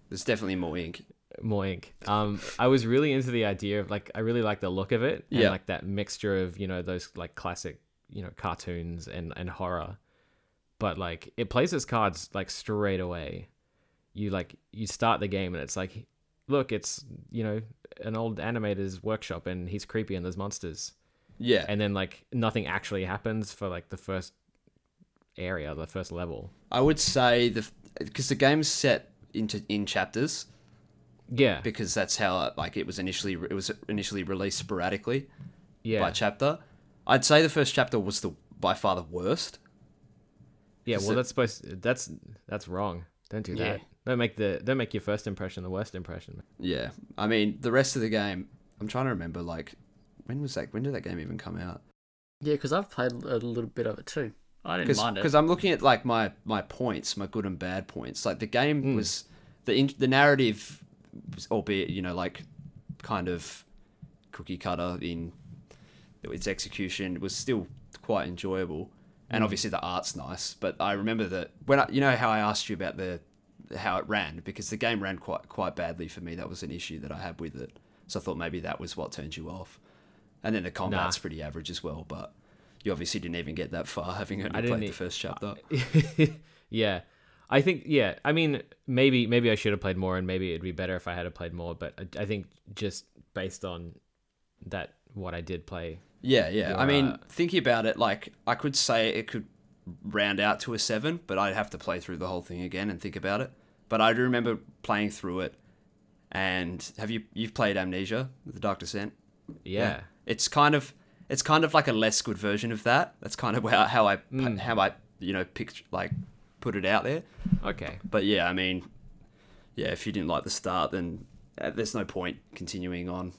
there's definitely more ink. more ink. Um, I was really into the idea of like I really like the look of it and Yeah. like that mixture of you know those like classic you know cartoons and and horror, but like it plays its cards like straight away. You like you start the game and it's like, look, it's you know an old animator's workshop and he's creepy and there's monsters Yeah, and then like nothing actually happens for like the first area, the first level. I would say the because the game's set into in chapters Yeah, because that's how like it was initially it was initially released sporadically yeah, by chapter. I'd say the first chapter was the by far the worst. Yeah, Is well, it- that's supposed that's that's wrong. Don't do Yeah. that. Don't make the don't make your first impression the worst impression. Yeah, I mean the rest of the game. I'm trying to remember like when was that? When did that game even come out? Yeah, because I've played a little bit of it too. I didn't mind it. because I'm looking at like my my points, my good and bad points. Like the game Hmm. Mm. was the in, the narrative, was, albeit you know like kind of cookie cutter in its execution, was still quite enjoyable. Hmm. And obviously the art's nice, but I remember that when I, you know how I asked you about the how it ran because the game ran quite quite badly for me. That was an issue that I had with it. So I thought maybe that was what turned you off. And then the combat's pretty average as well, but you obviously didn't even get that far having only didn't played e- the first chapter. yeah. I think yeah. I mean, maybe maybe I should have played more, and maybe it'd be better if I had have played more. But I, I think just based on that, what I did play, Yeah, yeah. I You're, mean, uh, thinking about it, like I could say it could round out to a seven, but I'd have to play through the whole thing again and think about it. But I do remember playing through it. And have you you've played Amnesia, The Dark Descent? yeah, It's kind of it's kind of like a less good version of that. That's kind of how, how I how I you know picture like put it out there. okay, But yeah, I mean, yeah, if you didn't like the start, then uh, there's no point continuing on.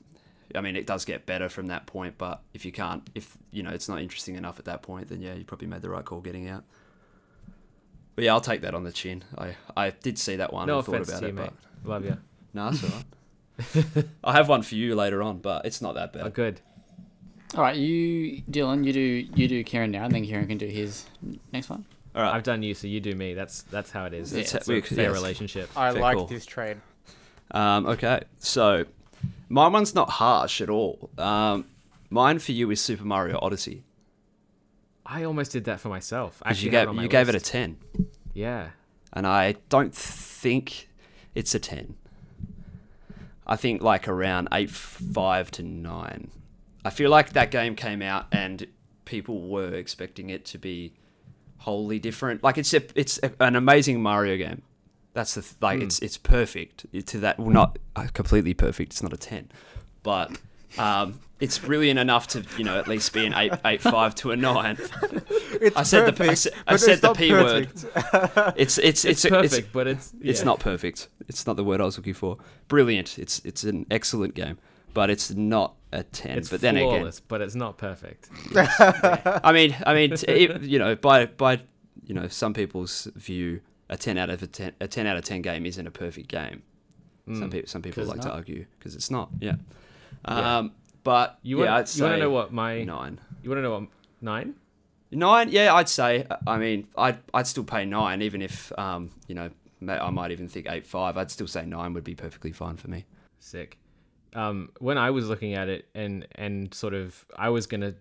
I mean, it does get better from that point, but if you can't, if you know, it's not interesting enough at that point, then yeah, you probably made the right call getting out. But yeah, I'll take that on the chin. I I did see that one. no and thought offense about to you, it, mate. Love you. but no, that's all right. I have one for you later on, but it's not that bad. Oh, good. All right, you, Dylan, you do you do Kieran now, and then Kieran can do his next one. All right. I've done you, so you do me. That's that's how it is. Yeah, It's, it's- a we- fair yes. relationship. I Okay, like cool. this train. Um, okay, so my one's not harsh at all. Um, mine for you is Super Mario Odyssey. I almost did that for myself. 'cause Actually, you had gave on you my gave it a list. ten. yeah. and I don't think it's a 10. I think like around 8 5 to 9. I feel like that game came out and people were expecting it to be wholly different. Like it's a, it's a, an amazing Mario game. That's the th- like it's it's perfect to that well not uh, completely perfect. It's not a 10. But um, it's brilliant enough to, you know, at least be an 8 8 5 to a 9. It's I said the- I perfect, said- I but said it's the not P word. perfect. It's it's it's It's, a- perfect, but it's it's yeah. not perfect. It's not the word I was looking for. Brilliant. It's it's an excellent game, but it's not a ten. It's but then flawless, but it's not perfect. again, I mean, I mean, t- it, you know, by by you know, some people's view, a ten out of a ten, a ten out of ten game isn't a perfect game. Hmm. Some people some people 'Cause like it's to not. argue because it's not. Yeah. Yeah. Um, but You yeah, want I'd you want say to know what my nine. you want to know what nine? Nine, yeah, I'd say. I mean, I'd I'd still pay nine, even if um, you know, ma- I might even think eight five. I'd still say nine would be perfectly fine for me. sick. Um, when I was looking at it and and sort of I was gonna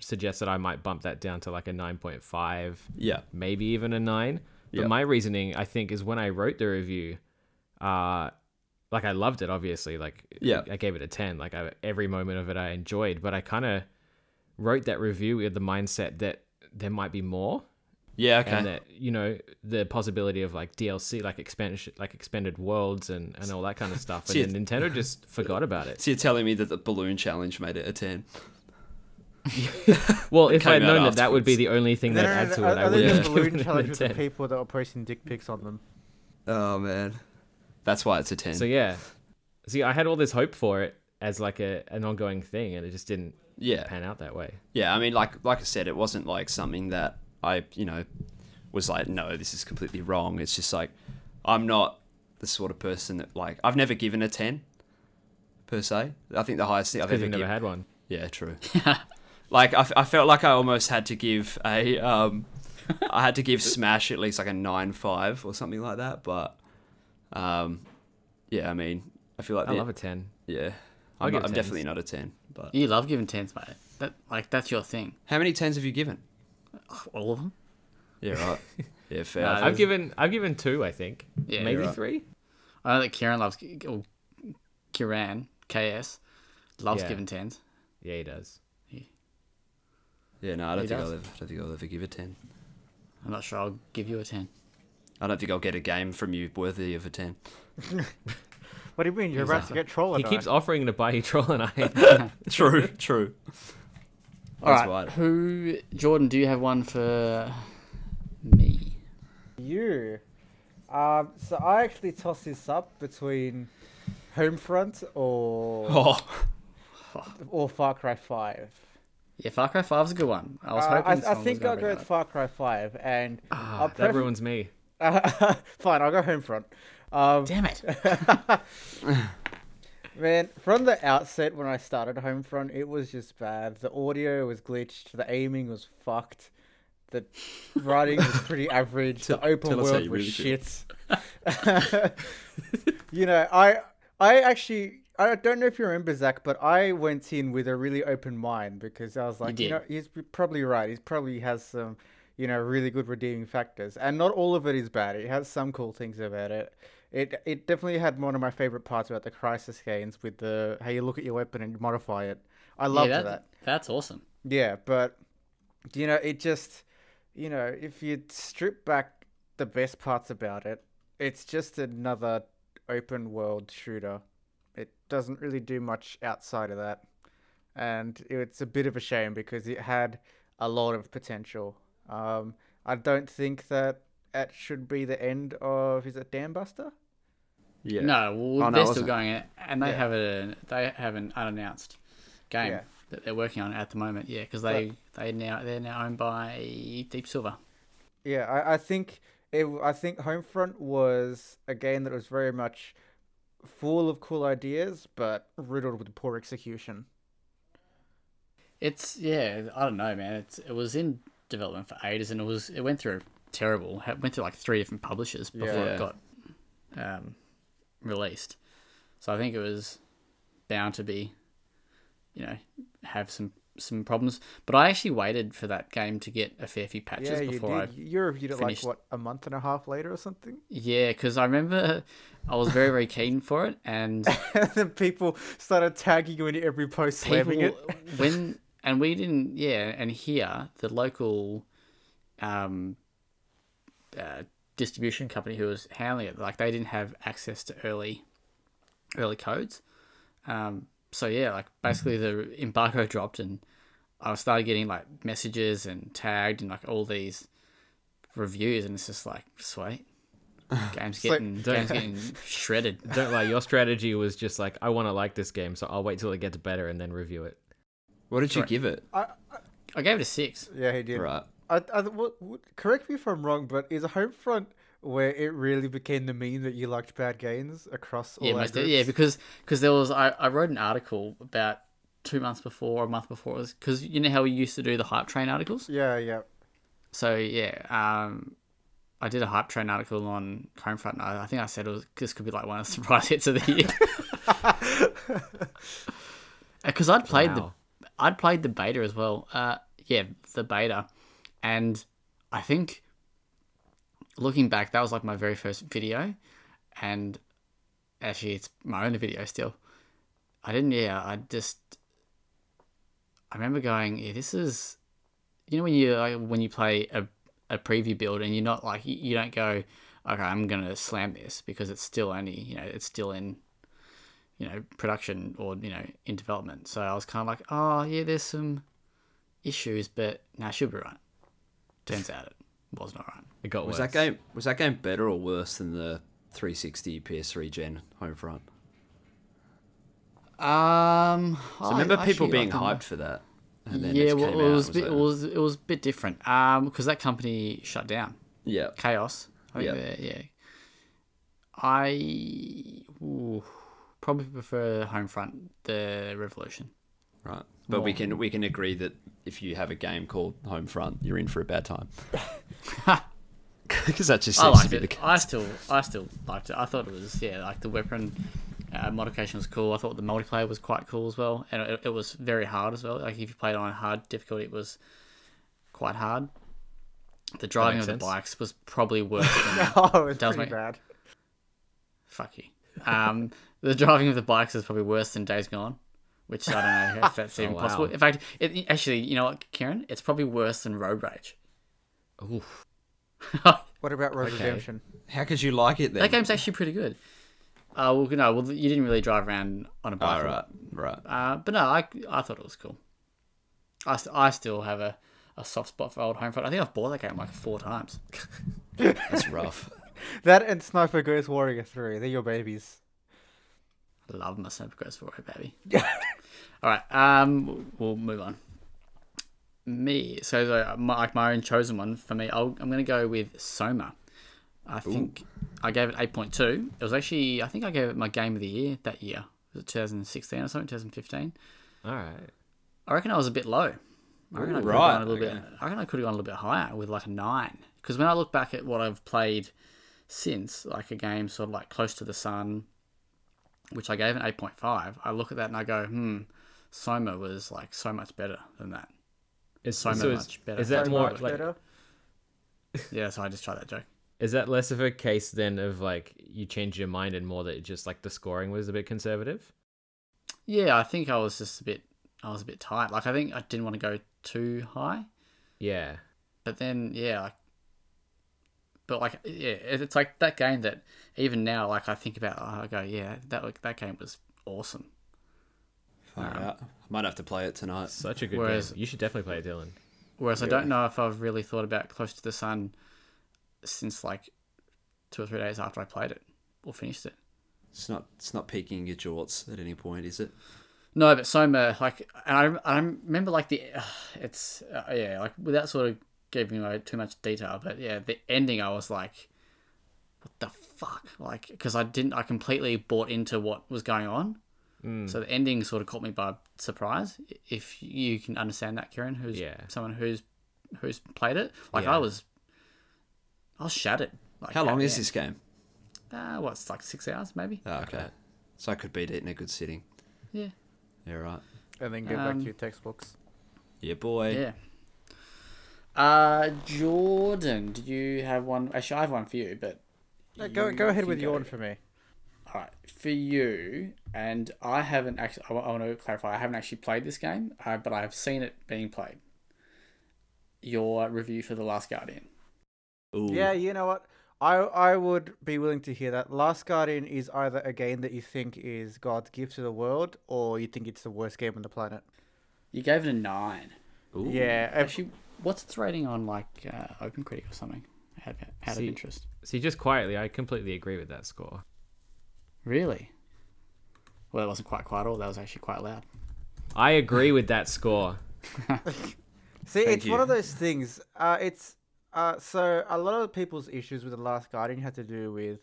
suggest that I might bump that down to like a nine point five, Yeah, maybe even a nine. But Yeah. my reasoning, I think, is when I wrote the review, uh, like I loved it. Obviously, like Yeah. I gave it a ten. Like I, every moment of it, I enjoyed. But I kind of wrote that review with the mindset that there might be more yeah, okay. and that you know the possibility of like DLC, like expansion, like expanded worlds, and and all that kind of stuff. See, And then Nintendo just forgot about it. So you're telling me that the balloon challenge made it a ten? Well, if came I'd out known that that would be afterwards. the only thing No, that no, add no, to no, it, I I would have think the balloon given challenge it was a the 10. people that were posting dick pics on them. Oh man, that's why it's a ten. So yeah, see, I had all this hope for it as like a an ongoing thing, and it just didn't yeah, pan out that way. yeah. I mean, like like I said, it wasn't like something that I you know was like, no, this is completely wrong. It's just like I'm not the sort of person that like I've never given a ten per se. I think the highest thing I've Because you've ever never given. had one. Yeah, true. like I, f- I felt like I almost had to give a um, I had to give Smash at least like a nine five or something like that. But um, yeah, I mean, I feel like I the- love a ten. yeah, I'll I'm, give it not, I'm 10s. definitely not a ten. But You love giving tens, mate. That like that's your thing. how many tens have you given? All of them. Yeah, right. yeah, fair. Nah, I I've think- given I've given two, I think. Yeah, maybe you're right. three. I know that Kieran loves or Kieran KS loves Yeah. giving tens. Yeah, he does. yeah, no, I don't He think does. I'll ever, I don't think I'll ever give a ten. I'm not sure I'll give you a ten. I don't think I'll get a game from you worthy of a ten. What do you mean? You're about to get trolled. He keeps offering to buy you troll and I. True, true. All right, That's right. who Jordan? Do you have one for me? You. Um, so I actually toss this up between Homefront or Oh, or Far Cry Five. Yeah, Far Cry Five's a good one. I was Uh, hoping. I, I someone was think gonna I'll go bring with that up. Far Cry Five, and I'll Ah, pref- that ruins me. fine. I'll go Homefront. Um, Ah. Damn it! Man, from the outset when I started Homefront, it was just bad. The audio was glitched, the aiming was fucked, the writing was pretty average, the Tell- open tell us how world you was really feel. shit. you know, I I actually I don't know if you remember Zach, but I went in with a really open mind because I was like, you, did. know, he's probably right. He's probably has some, you know, really good redeeming factors, and not all of it is bad. It has some cool things about it. It it definitely had one of my favorite parts about the Crisis games with the how you look at your weapon and modify it. I loved yeah, that. That's awesome. Yeah, but you know, it just you know, if you strip back the best parts about it, it's just another open world shooter. It doesn't really do much outside of that. And it's a bit of a shame because it had a lot of potential. Um, I don't think that that should be the end of is it Dambuster? Yeah. No, well, Oh, no, they're it still wasn't. going it, and they Yeah. have a they have an unannounced game Yeah. that they're working on at the moment. Yeah, because they they now they're now owned by Deep Silver. Yeah, I, I think it. I think Homefront was a game that was very much full of cool ideas, but riddled with poor execution. It's yeah, I don't know, man. It's it was in development for ages, and it was it went through terrible. It went through like three different publishers before Yeah. it got um, released. So I think it was bound to be, you know, have some some problems. But I actually waited for that game to get a fair few patches yeah, you did. before I you reviewed it finished- like what a month and a half later or something. Yeah, because I remember I was very, very keen for it, and and then people started tagging you in every post, slamming people it. when and we didn't. Yeah, and here the local um, uh, distribution company who was handling it, like they didn't have access to early, early codes. Um, so yeah, like basically the embargo dropped, and I started getting like messages and tagged and like all these reviews, and it's just like sweet. Game's like- getting game's getting shredded. Don't lie, your strategy was just like, I want to like this game, so I'll wait till it gets better and then review it. What did you give it? I gave it a six. Yeah, he did. Right. I, I, what, what, correct me if I'm wrong, but is Homefront where it really became the meme that you liked bad games across all Yeah, our most groups? yeah, because because there was I, I wrote an article about two months before, or a month before, because you know how we used to do the hype train articles. yeah, yeah. So yeah, um, I did a hype train article on Homefront. And I, I think I said it was this could be like one of the surprise hits of the year. Because Uh, I'd played the Wow. I'd played the beta as well. Uh, yeah, the beta, and I think looking back, that was like my very first video, and actually, it's my own video still. I didn't. Yeah, I just I remember going, yeah, this is, you know, when you like, when you play a a preview build and you're not like you- you don't go, okay, I'm gonna slam this because it's still only you know it's still in you know, production or, you know, in development. So I was kind of like, oh, yeah, there's some issues, but nah, she'll be right. Turns out it wasn't all right. It got Was worse. that game was that game better or worse than the 360 PS3 gen Homefront? Um, So remember people being hyped for that. And then yeah, it well, came it out was, and bit, like- it was it was a bit different. Um, because that company shut down. yeah. Chaos. I think Yeah. they're- yeah. I ooh, probably prefer Homefront the Revolution. Right. But we can we can agree that if you have a game called Homefront, you're in for a bad time. Because that just I seems to liked be the it. case. I still, I still liked it. I thought it was yeah, like the weapon uh, modification was cool. I thought the multiplayer was quite cool as well, and it, it was very hard as well. Like if you played on hard difficulty, it was quite hard. The driving makes of the sense. bikes was probably worse. than... Oh, it's Does pretty make- bad. Fuck you. Um, the driving of the bikes is probably worse than Days Gone, which I don't know if that's even wow. possible. In fact, it, actually, you know what, Karen, it's probably worse than Road Rage. Oof. What about Red Redemption? How could you like it then? That game's actually pretty good. Uh, well, no, well, you didn't really drive around on a bike. oh, a lot. right, right. Uh, but no, I, I thought it was cool. I, st- I still have a, a soft spot for old Homefront. I think I've bought that game like four times. That's rough. That and Sniper Ghost Warrior 3. They're your babies. I love my Sniper Ghost Warrior, baby. All right, um, we'll move on. Me, so the, my, like my own chosen one for me, I'll, I'm going to go with Soma. I think I gave it 8.2. It was actually, I think I gave it my game of the year that year. Was it 2016 or something, 2015? All right. I reckon I was a bit low. I reckon I Ooh, could have right, gone a little okay. bit. I reckon I could have gone a little bit higher with like a nine. Because when I look back at what I've played since, like a game sort of like Close to the Sun, which I gave an 8.5, I look at that and I go, hmm, Soma was like so much better than that. Is So so is, much better. is that So more much like better. Yeah, so I just tried that joke. is that less of a case then of like you changed your mind and more that it just like the scoring was a bit conservative? Yeah, I think I was just a bit, I was a bit tight. Like I think I didn't want to go too high, Yeah. but then yeah, like, but like yeah, it- it's like that game that even now, like I think about, oh, I go, yeah, that that game was awesome. Far out. I might have to play it tonight. Such a good Whereas- game. You should definitely play it, Dylan. Whereas I Yeah. don't know if I've really thought about Close to the Sun since like two or three days after I played it or finished it. It's not it's not peaking your jorts at any point, is it? No, but Soma, like, and I, I remember, like, the, it's, uh, yeah, like, without sort of giving away too much detail, but yeah, the ending, I was like, what the fuck? Like, because I didn't, I completely bought into what was going on. Hmm. So the ending sort of caught me by surprise. If you can understand that, Kieran, who's Yeah. someone who's who's played it, like Yeah. I was, I was shattered. Like, How at long the is end. this game? Uh, what's like six hours, maybe. Oh, okay. So I could beat it in a good sitting. Yeah. Yeah, right. And then get back Um, to your textbooks. Yeah, boy. Yeah. Uh, Jordan, do you have one? Actually, I have one for you, but No, Uh, go you go ahead can with go. your one for me. All right, for you, and I haven't actually. I want to clarify. I haven't actually played this game, uh, but I have seen it being played. Your review for the Last Guardian. Ooh. Yeah, you know what? I I would be willing to hear that. Last Guardian is either a game that you think is God's gift to the world, or you think it's the worst game on the planet. You gave it a nine. Ooh. Yeah, if- Actually, what's its rating on like uh, OpenCritic or something? Out of, out of See- interest. See, just quietly, I completely agree with that score. Really? Well, that wasn't quite quiet at all. That was actually quite loud. I agree with that score. See, Thank it's one of you. those things. Uh, it's uh, so a lot of people's issues with the Last Guardian had to do with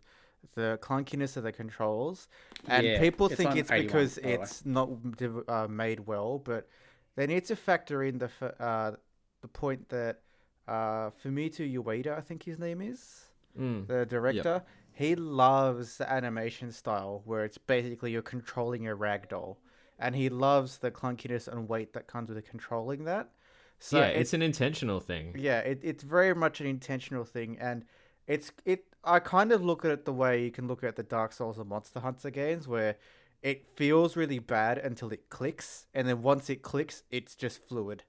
the clunkiness of the controls, and Yeah, people it's think on it's 81, because by the way. it's not div- uh, made well, but they need to factor in the f- uh, the point that uh, Fumito Ueda, I think his name is Mm. the director. He loves the animation style where it's basically you're controlling a ragdoll, and he loves the clunkiness and weight that comes with controlling that. So yeah, it's it's an intentional thing. yeah, it, it's very much an intentional thing, and it's it. I kind of look at it the way you can look at the Dark Souls and Monster Hunter games, where it feels really bad until it clicks, and then once it clicks, it's just fluid.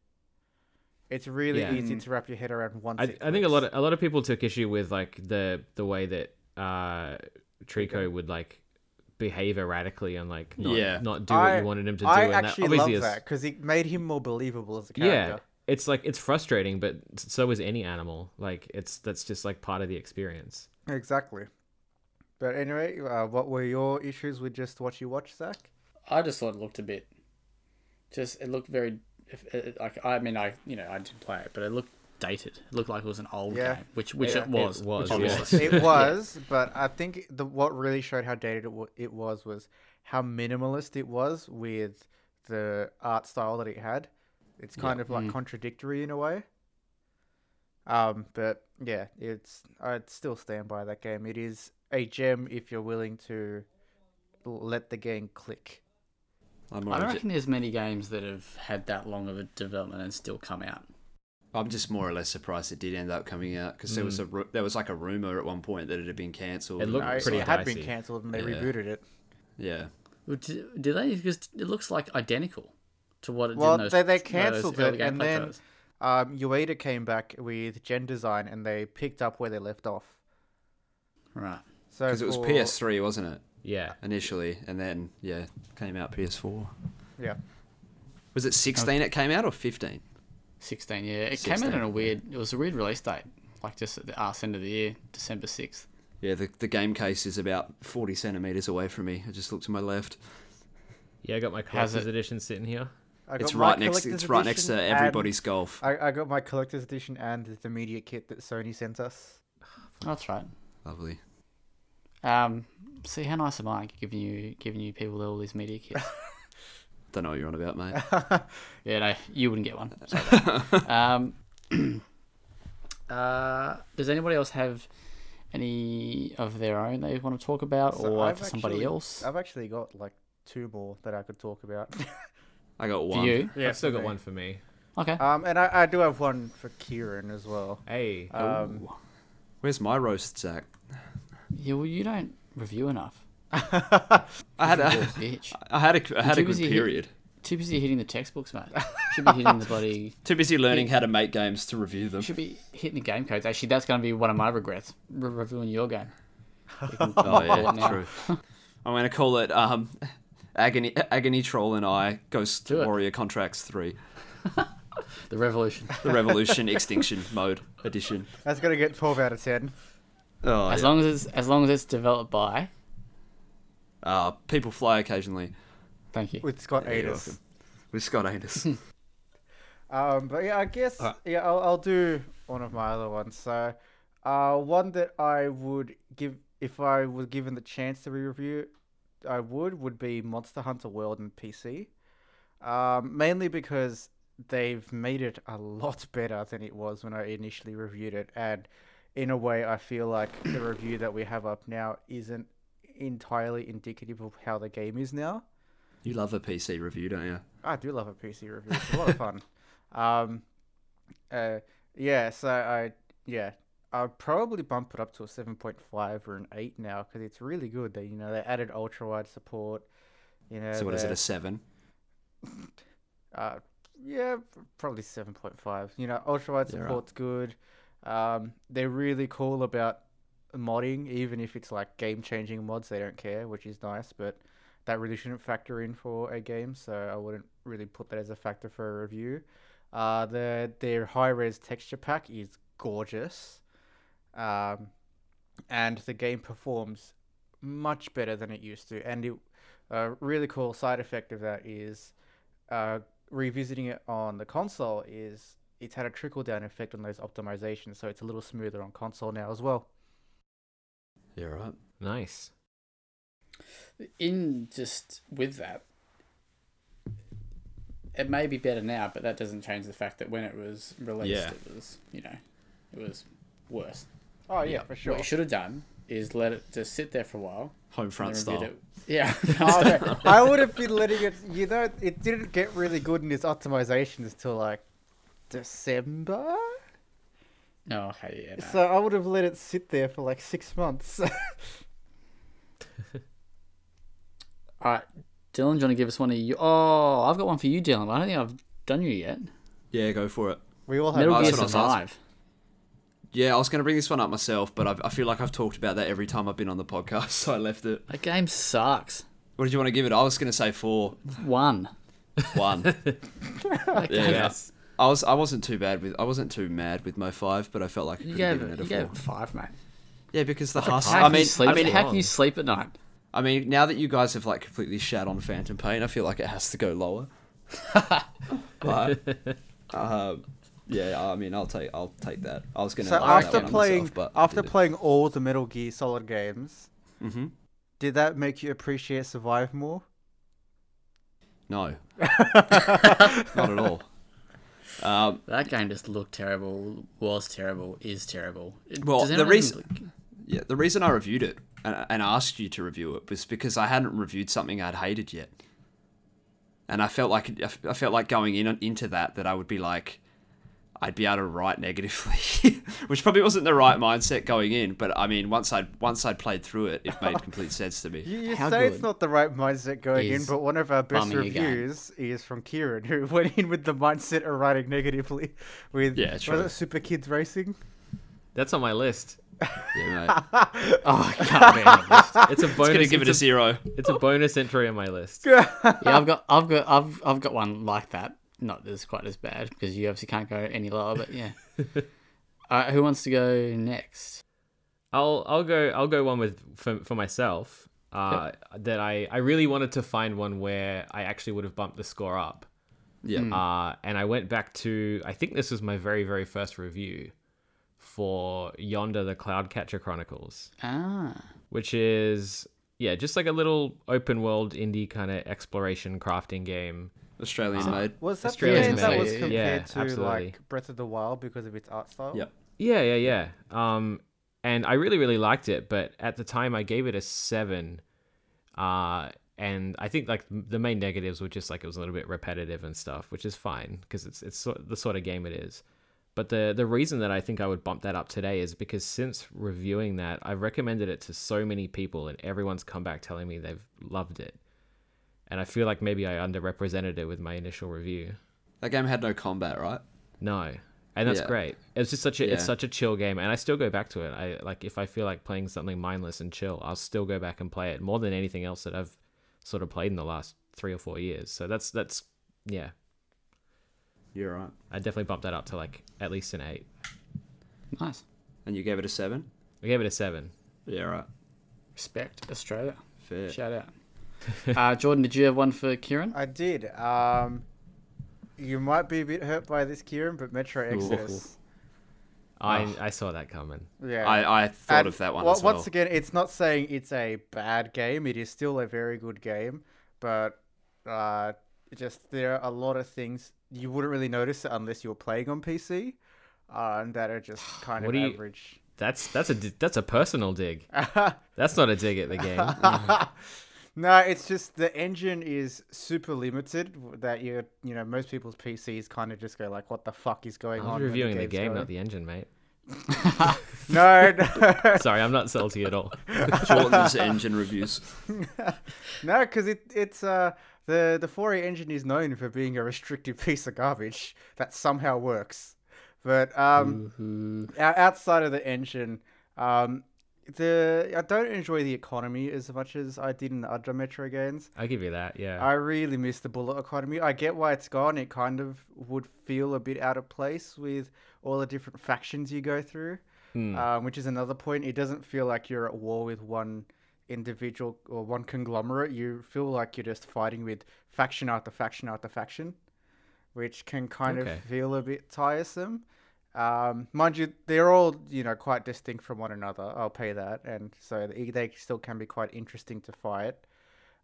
It's really Yeah. easy to wrap your head around once. I, it I think a clicks. lot of a lot of people took issue with like the the way that uh Trico would like behave erratically and like not, Yeah. not do what I- you wanted him to do. I and actually that love obviously that is 'cause that because it made him more believable as a yeah. character. It's like it's frustrating, but so is any animal. Like it's that's just like part of the experience. Yeah, exactly. But anyway, uh, what were your issues with just what you watched, Zach? I just thought it looked a bit, just it looked very, if- it- it- like I mean I you know I didn't play it, but it looked dated. It looked like it was an old Yeah. game, which which Yeah. it was. It was, which yeah. was. it was, but I think the what really showed how dated it, w- it was was how minimalist it was with the art style that it had. It's kind of Mm. like contradictory in a way. Um, but yeah, it's I'd still stand by that game. It is a gem if you're willing to l- let the game click. I'm, I more don't or reckon there's many games that have had that long of a development and still come out. I'm just more or less surprised it did end up coming out because there was Mm. a ru- there was like a rumor at one point that it had been cancelled. It and looked I was pretty like, high. had been dicey. cancelled and they Yeah. rebooted it. Yeah, Well, Do, do they? Because it looks like identical to what it Well, did in those. they- they those cancelled early it, and gameplay then- trailers. Um, Ueda came back with Gen Design and they picked up where they left off. right. So because it was for- PS3, wasn't it Yeah. initially, and then yeah, came out PS4. Yeah. Was it 16 it came out or 15? 16, yeah. It came 16, out in a weird, it was a weird release date, like just at the arse end of the year, December 6th. Yeah, the, the game case is about 40 centimeters away from me. I just looked to my left. Yeah, I got my How's collector's it- edition sitting here. I It's got my right next. collector's It's right next to edition and- everybody's golf. I, I got my collector's edition and the media kit that Sony sent us. That's right. Lovely. Um, see, how nice am I giving you giving you people all these media kits? Don't know what you're on about, mate. yeah, no, you wouldn't get one. Sorry about that. um, uh, does anybody else have any of their own they want to talk about, So or I've for somebody actually- else? I've actually got like two more that I could talk about. I got for one. you, Yeah, I've still for got me. one for me. okay. um, and I, I do have one for Kieran as well. Hey, Um, Ooh. Where's my roast, Zach? yeah, well, you don't review enough. I had You're a a, bitch. I had a, I had a too good busy hit- period. Too busy hitting the textbooks, mate. Should be hitting the bloody. Too busy learning how to make games to review them. Should be hitting the game codes. Actually, that's going to be one of my regrets. Re- reviewing your game. We can Oh call it now. yeah, true. I'm gonna call it um, agony, agony troll and I Ghost Do it. Warrior Contracts Three: The revolution. The Revolution Extinction Mode Edition. That's gonna get twelve out of ten. Oh, As yeah. long as it's as long as it's developed by. uh, people fly occasionally Thank you. with Scott you're Adis. with Scott Anus. Um, but yeah, I guess Alright. yeah, I'll, I'll do one of my other ones. So, uh, one that I would give if I was given the chance to re-review, I would would be Monster Hunter World and PC, um, mainly because they've made it a lot better than it was when I initially reviewed it, and in a way, I feel like the review that we have up now isn't entirely indicative of how the game is now. you love a PC review, don't you? I do love a PC review. It's a lot of fun. Um, uh, yeah. So I yeah, I'd probably bump it up to a seven point five or an eight now because it's really good. That you know they added ultra wide support. You know. so what is it? the- A seven? uh, yeah, probably seven point five. You know, ultra wide Yeah, right. support's good. Um, they're really cool about modding, even if it's like game changing mods, they don't care, which is nice. But that really shouldn't factor in for a game, so I wouldn't really put that as a factor for a review. Uh, the their high res texture pack is gorgeous, um, and the game performs much better than it used to. And it, a really cool side effect of that is uh, revisiting it on the console is it's had a trickle down effect on those optimizations, so it's a little smoother on console now as well. Yeah, right. nice. in just with that, it may be better now, but that doesn't change the fact that when it was released, Yeah. it was you know, it was worse. Oh yeah, for What you should have done is let it just sit there for a while. Home and front then style. reviewed it. Yeah. Oh, no, I would have been letting it. You know, it didn't get really good in its optimizations till like December. no. Okay. Yeah. No. So I would have let it sit there for like six months. All right, Dylan, do you want to give us one of you? Oh, I've got one for you, Dylan. but I don't think I've done you yet. Yeah, go for it. we all have. Metal that's Gear what I was asking. Survive. Yeah, I was going to bring this one up myself, but I, I feel like I've talked about that every time I've been on the podcast, so I left it. That game sucks. What did you want to give it? I was going to say four, One. one. That Yeah, game- yeah. I was I wasn't too bad with I wasn't too mad with Mo Five, but I felt like I You could have gave given it, it a you four. gave it five, mate. Yeah, because the hustle. How I can you mean, sleep, I mean, how can you sleep at night? I mean, now that you guys have like completely shat on Phantom Pain, I feel like it has to go lower. but um, yeah, I mean, I'll take I'll take that. I was gonna So take that after one playing myself, but I after didn't. playing all the Metal Gear Solid games, Mhm. did that make you appreciate Survive more? no, not at all. Um, That game just looked terrible, was terrible, is terrible. It- Well, does the anyone reason- even- yeah, the reason I reviewed it and, and asked you to review it was because I hadn't reviewed something I'd hated yet, and I felt like I f- I felt like going in into that that I would be like, I'd be able to write negatively, which probably wasn't the right mindset going in. But I mean, once I would once I'd played through it, it made complete sense to me. You, you How say it's good not the right mindset going in, is but one of our best bumming a game? reviews is from Kieran, who went in with the mindset of writing negatively with Yeah, was true. it Super Kids Racing? That's on my list. Yeah, mate. Oh, I can't remember. It's a bonus. It's gonna give it it's a zero. It's a bonus entry on my list. yeah, I've got, I've got, I've, I've got one like that. Not as quite as bad because you obviously can't go any lower. But yeah. All right, who wants to go next? I'll I'll go I'll go one with for, for myself uh, that I I really wanted to find one where I actually would have bumped the score up. Yeah. Uh, and I went back to I think this was my very very first review for Yonder the Cloudcatcher Chronicles, Ah, which is yeah just like a little open world indie kind of exploration crafting game. Australian made. Was that the Australia's game that made was it, yeah, compared to absolutely. like Breath of the Wild because of its art style? Yep. Yeah, yeah, yeah. Um, and I really really liked it. But at the time, I gave it a seven, uh, and I think like the main negatives were just like it was a little bit repetitive and stuff, which is fine because it's it's sort- the sort of game it is. But the the reason that I think I would bump that up today is because since reviewing that, I've recommended it to so many people, and everyone's come back telling me they've loved it. And I feel like maybe I underrepresented it with my initial review. That game had no combat, right? No, and that's Yeah. great. It's just such a Yeah. it's such a chill game, and I still go back to it. I like if I feel like playing something mindless and chill, I'll still go back and play it more than anything else that I've sort of played in the last three or four years. So that's that's yeah, You're right. I definitely bumped that up to like at least an eight. Nice. And you gave it a seven. I gave it a seven. Yeah, right. Respect Australia. Fair. Shout out. uh, Jordan, did you have one for Kieran? I did. Um, you might be a bit hurt by this, Kieran, but Metro Exodus. Oh. I I saw that coming. Yeah. I, I thought And of that one wa- as well. Once again, it's not saying it's a bad game. It is still a very good game, but uh, just there are a lot of things you wouldn't really notice unless you were playing on PC, uh, and that are just kind What of do you- average. That's that's a di- that's a personal dig. That's not a dig at the game. Mm-hmm. no, it's just the engine is super limited. w- That you you know most people's PCs kind of just go like, what the fuck is going I on? was when reviewing the game's game, going?" not the engine, mate. no, no. Sorry, I'm not salty at all. Jordan's engine reviews. No, because it it's uh the the Fourier engine is known for being a restrictive piece of garbage that somehow works, but um o- outside of the engine, um the I don't enjoy the economy as much as I did in the other Metro games. I'll give you that. Yeah. I really miss the bullet economy. I get why it's gone. It kind of would feel a bit out of place with all the different factions you go through, Hmm. um, which is another point. It doesn't feel like you're at war with one individual or one conglomerate. You feel like you're just fighting with faction after faction after faction, which can kind Okay. of feel a bit tiresome. Um, mind you, they're all you know quite distinct from one another. I'll pay that, and so they they still can be quite interesting to fight.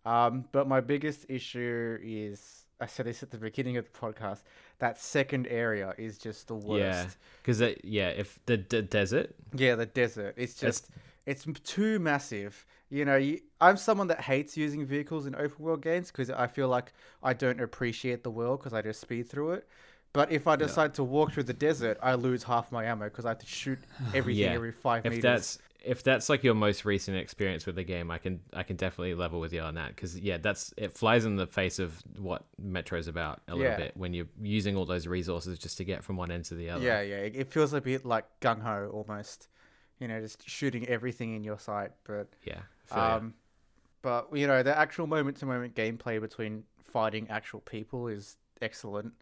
Um, but my biggest issue is I said this at the beginning of the podcast. That second area is just the yeah. worst. Because yeah, if the d- desert. Yeah, the desert. It's It's- just it's m- too massive. You know, you, I'm someone that hates using vehicles in open world games because I feel like I don't appreciate the world because I just speed through it. But if I decide to walk through the desert, I lose half my ammo because I have to shoot everything Yeah. every five if meters. that's if that's like your most recent experience with the game i can i can definitely level with you on that because yeah that's it flies in the face of what metro's about a little Yeah. bit when you're using all those resources just to get from one end to the other Yeah, yeah. It it feels a bit like gung ho almost. You know, just shooting everything in your sight. But yeah I feel ya. um, but you know, the actual moment to moment gameplay between fighting actual people is excellent.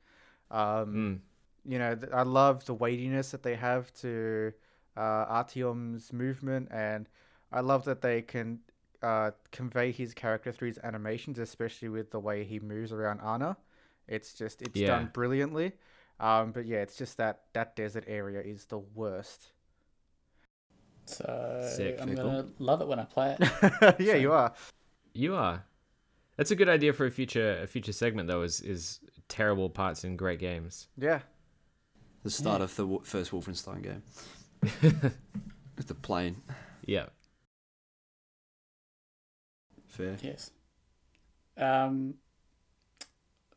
Mm. Um, You know, th- I love the weightiness that they have to uh, Artyom's movement, and I love that they can uh, convey his character through his animations, especially with the way he moves around Ana. It's just it's Yeah. done brilliantly. Um, but yeah, it's just that that desert area is the worst. So Sick. I'm Very cool. gonna love it when I play it. yeah, you are. you are that's a good idea for a future a future segment though is is terrible parts in great games Yeah. The start of the w- first Wolfenstein game with the plane. yeah Fair. yes. Um.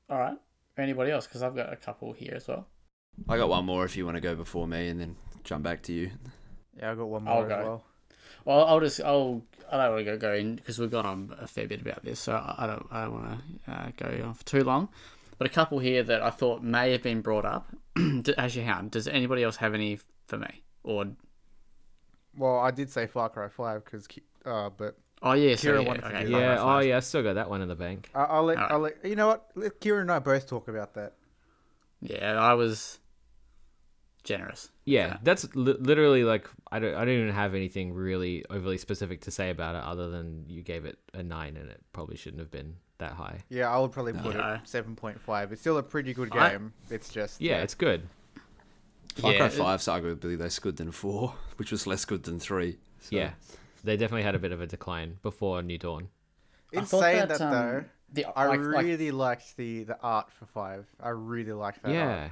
All right. Anybody else? Because I've got a couple here as well. I got one more if you want to go before me, and then jump back to you. Yeah, I got one I'll more as go. well. Well, I'll just I'll I don't want to go go in because we've gone on a fair bit about this, so I I don't I don't want to uh, go on for too long. But a couple here that I thought may have been brought up. D- Actually, how does anybody else have any for me? Or Well, I did say Far Cry Five because, uh, but oh yeah, so, Kieran yeah, wanted to okay, do fine, yeah fine, oh fine. yeah i still got that one in the bank I- I'll let, Alright. I'll let you know what. Let Kieran and I both talk about that. yeah. I was generous. yeah that's li- literally like I don't, I don't even have anything really overly specific to say about it other than you gave it a nine and it probably shouldn't have been that high Yeah, I would probably put Okay. it seven point five. It's still a pretty good I- game. It's just yeah it's good Far Yeah, Cry it- Five's arguably less good than four, which was less good than three. So Yeah, they definitely had a bit of a decline before New Dawn. In thought saying that, um, though, the, I like- like, really liked Uh, the the art for five. I really liked that. art. yeah,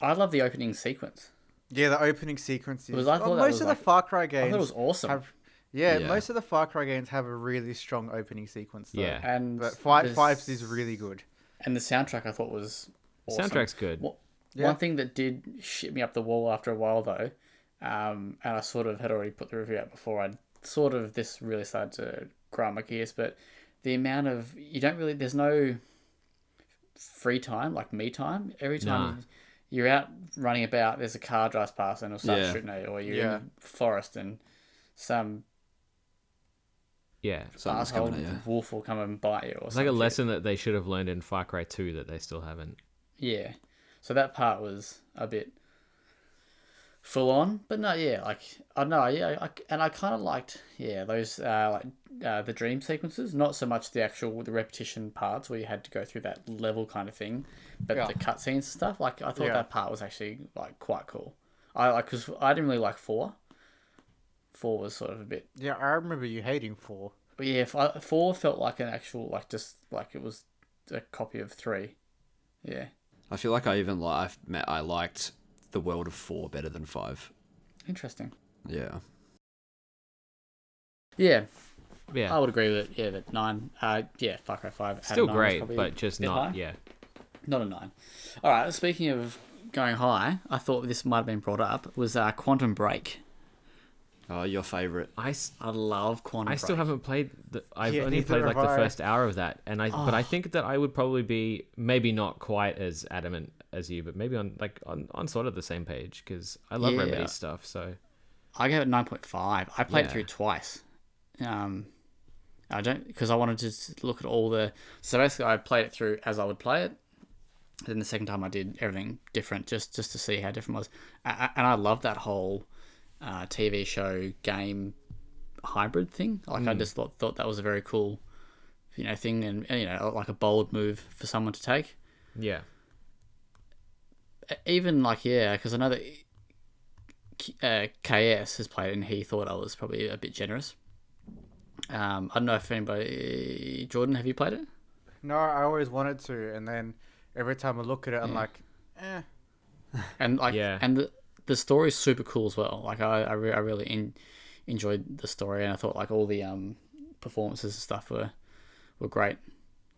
I love the opening sequence. Yeah, the opening sequences. was- I Oh, thought that most was of like- the Far Cry I games thought it was awesome. have. Yeah, Yeah. most of the Far Cry games have a really strong opening sequence. Though. Yeah. and but Five this- Fives is really good. and the soundtrack I thought was awesome. Soundtrack's good. Wha- Yeah. One thing that did shit me up the wall after a while though, um, and I sort of had already put the review out before I sort of this really started to grind my gears, but the amount of you don't really there's no free time like me time every time. Nah. You're out running about. There's a car drives past and it'll start Yeah. shooting at you, or you're Yeah. in the forest and some Yeah. Something's asshole coming at you. wolf will come and bite you. Or It's like a lesson lesson. that they should have learned in Far Cry 2 that they still haven't. Yeah. So that part was a bit full on, but no, yeah, like I know, yeah, I, and I kind of liked, yeah, those uh, like uh, the dream sequences, not so much the actual the repetition parts where you had to go through that level kind of thing, but Yeah. the cutscenes and stuff. Like I thought Yeah. that part was actually like quite cool. I like because I didn't really like four. Four was sort of a bit Yeah, I remember you hating four. but yeah, fi- four felt like an actual like just like it was a copy of three. Yeah, I feel like I even like I've met I liked the world of four better than five. interesting. Yeah. Yeah, Yeah. I would agree with it. Yeah, that nine. Uh, yeah, Far Cry Five. Oh, had a still nine, great, probably but just a bit not. high. Yeah. not a nine. All right. Speaking of going high, I thought this might have been brought up was uh, Quantum Break. Oh, your favorite. I, s- I love Quantum. I still Break. haven't played. The, I've Yeah, only neither played like have the I. first hour of that, and I. But I think that I would probably be maybe not quite as adamant as you, but maybe on like on, on sort of the same page because I love Yeah. Remedy stuff. So I gave it nine point five. I played Yeah. through twice. Um, I don't because I wanted to just look at all the. So basically, I played it through as I would play it. Then the second time, I did everything different just just to see how different it was, A- a- and I love that whole uh, TV show game hybrid thing. Like I just thought thought that was a very cool, you know, thing, and you know, like a bold move for someone to take yeah, even even like yeah, because I know that K- uh, KS has played it and he thought I was probably a bit generous. Um, I don't know if anybody, Jordan, have you played it? No, I always wanted to, and then every time I look at it, I'm like, eh. And like Yeah. and the, the story is super cool as well. Like I I, re- I really in, enjoyed the story and I thought like all the um performances and stuff were were great.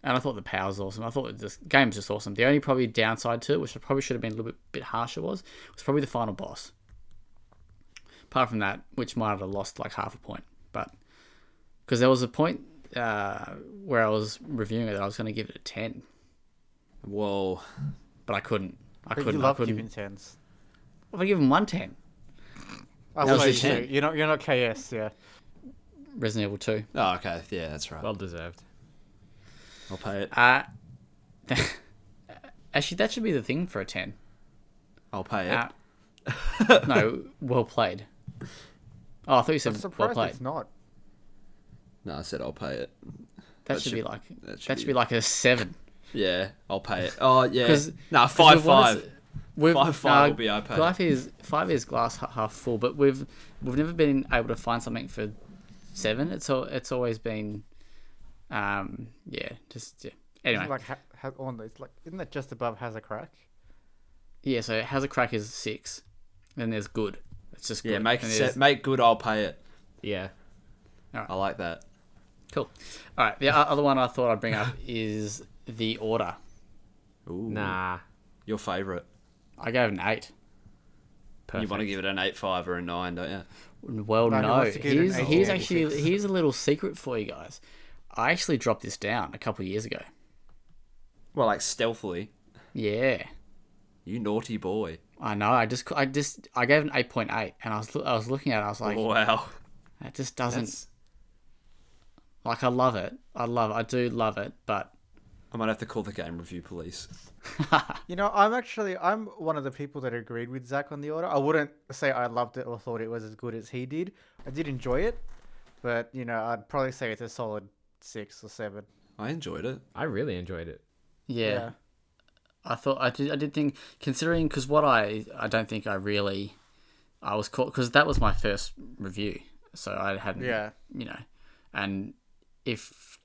And I thought the power was awesome. I thought this game's just awesome. The only probably downside to it, which I probably should have been a little bit, bit harsher, was was probably the final boss. apart from that, which might have lost like half a point. But because there was a point uh, where I was reviewing it that I was going to give it a 10, Whoa. but I couldn't. I But you couldn't. I love couldn't. giving tens. If I give him one 10, I was was a you 10. do. You're not. You're not KS. Yeah. Resident Evil 2. Oh, okay. Yeah, that's right. well deserved. I'll pay it. Uh, actually, that should be the thing for a 10. I'll pay it. Uh, no, well played. Oh, I thought you said I'm well surprised played. it's not. no, I said I'll pay it. That, that should, be should- like that should that should be- be like a seven. Yeah, I'll pay it. Oh yeah. 'Cause- nah, 'Cause five we've wanted five. to- we've- Five five nah, will be okay. Life is five is glass ha- half full, but we've we've never been able to find something for seven. It's all it's always been, um, yeah, just yeah. Anyway, It's like ha- ha- on the- it's like isn't that just above has a crack? yeah. So how's a crack is six, and there's good. It's just good. Yeah, make and se- there's- make good. I'll pay it. Yeah, I like that. cool. All right, the o- other one I thought I'd bring up is the order. Ooh, nah, Your favorite. I gave it an eight. perfect. You want to give it an eight five or a nine, don't you? Well, No, no. he wants to get an Here's, eight here's or a actually six. here's a little secret for you guys. I actually dropped this down a couple of years ago. Well, like stealthily. Yeah, You naughty boy. I know. I just I just I gave it an eight point eight, and I was lo- I was looking at it. I was like, Wow. it just doesn't That's- like I love it. I love I do love it, but I might have to call the game review police. You know, I'm actually I'm one of the people that agreed with Zach on the order. I wouldn't say I loved it or thought it was as good as he did. I did enjoy it, but you know, I'd probably say it's a solid six or seven. I enjoyed it. I really enjoyed it. yeah, I thought I did I did think considering because what I I don't think I really I was caught because that was my first review, so I hadn't Yeah. you know, and if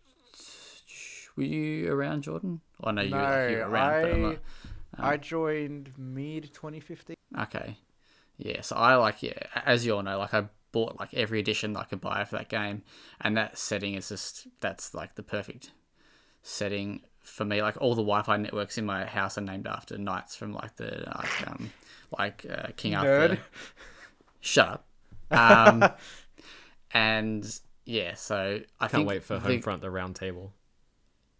were you around Jordan? I know you were, like, you were No, around, but I'm I- not, I joined mid 2015. Okay. Yeah, so I like yeah, as you all know, like I bought like every edition that I could buy for that game, and that setting is just that's like the perfect setting for me. Like all the Wi-Fi networks in my house are named after knights from like the like, um, like uh, King Arthur. Nerd. Shut up. Um, and yeah, so I Can't think wait for the- Homefront, the round table.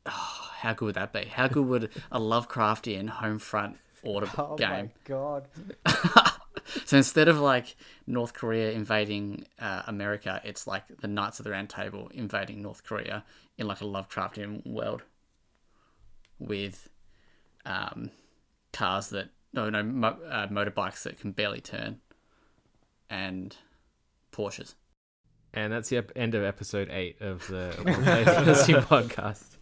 how good would that be? How good would a Lovecraftian homefront order Oh my game? god. So instead of like North Korea invading uh, America, it's like the Knights of the Round Table invading North Korea in like a Lovecraftian world with um, cars that no no mo- uh, motorbikes that can barely turn and Porsches. And that's the ep- end of episode eight of the One Plays Fantasy podcast.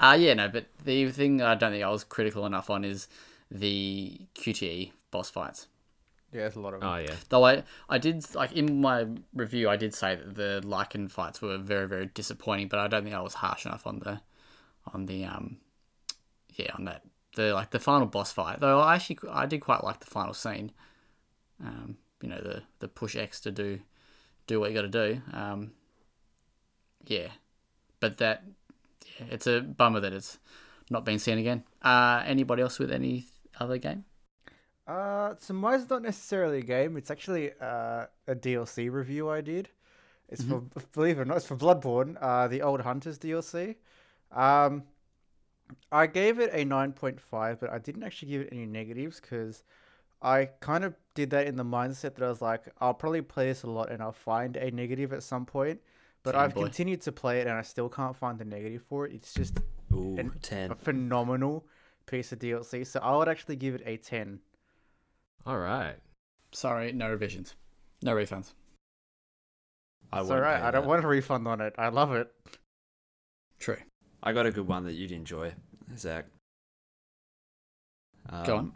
Uh, yeah, no, but the thing that I don't think I was critical enough on is the QTE boss fights. Yeah, there's a lot of them. Oh yeah, Though I, I did like in my review, I did say that the Lycan fights were very, very disappointing. But I don't think I was harsh enough on the, on the um, yeah, on that the like the final boss fight. Though I actually I did quite like the final scene. Um, you know the the push X to do, do what you got to do. Um, yeah, but that yeah, it's a bummer that it's not been seen again. Uh, anybody else with any other game? Uh, so mine's not necessarily a game. It's actually uh, a DLC review I did. It's Mm-hmm. for believe it or not, it's for Bloodborne, uh, the Old Hunters DLC. Um, I gave it a nine point five, but I didn't actually give it any negatives because I kind of did that in the mindset that I was like, I'll probably play this a lot and I'll find a negative at some point. But Same I've boy. continued to play it and I still can't find the negative for it. It's just Ooh, And- 10. a phenomenal piece of DLC. So I would actually give it a ten. all right. Sorry, no revisions, no refunds. I it's all wouldn't right. pay I don't that. want a refund on it. I love it. True. I got a good one that you'd enjoy, Zach. Um, Go on.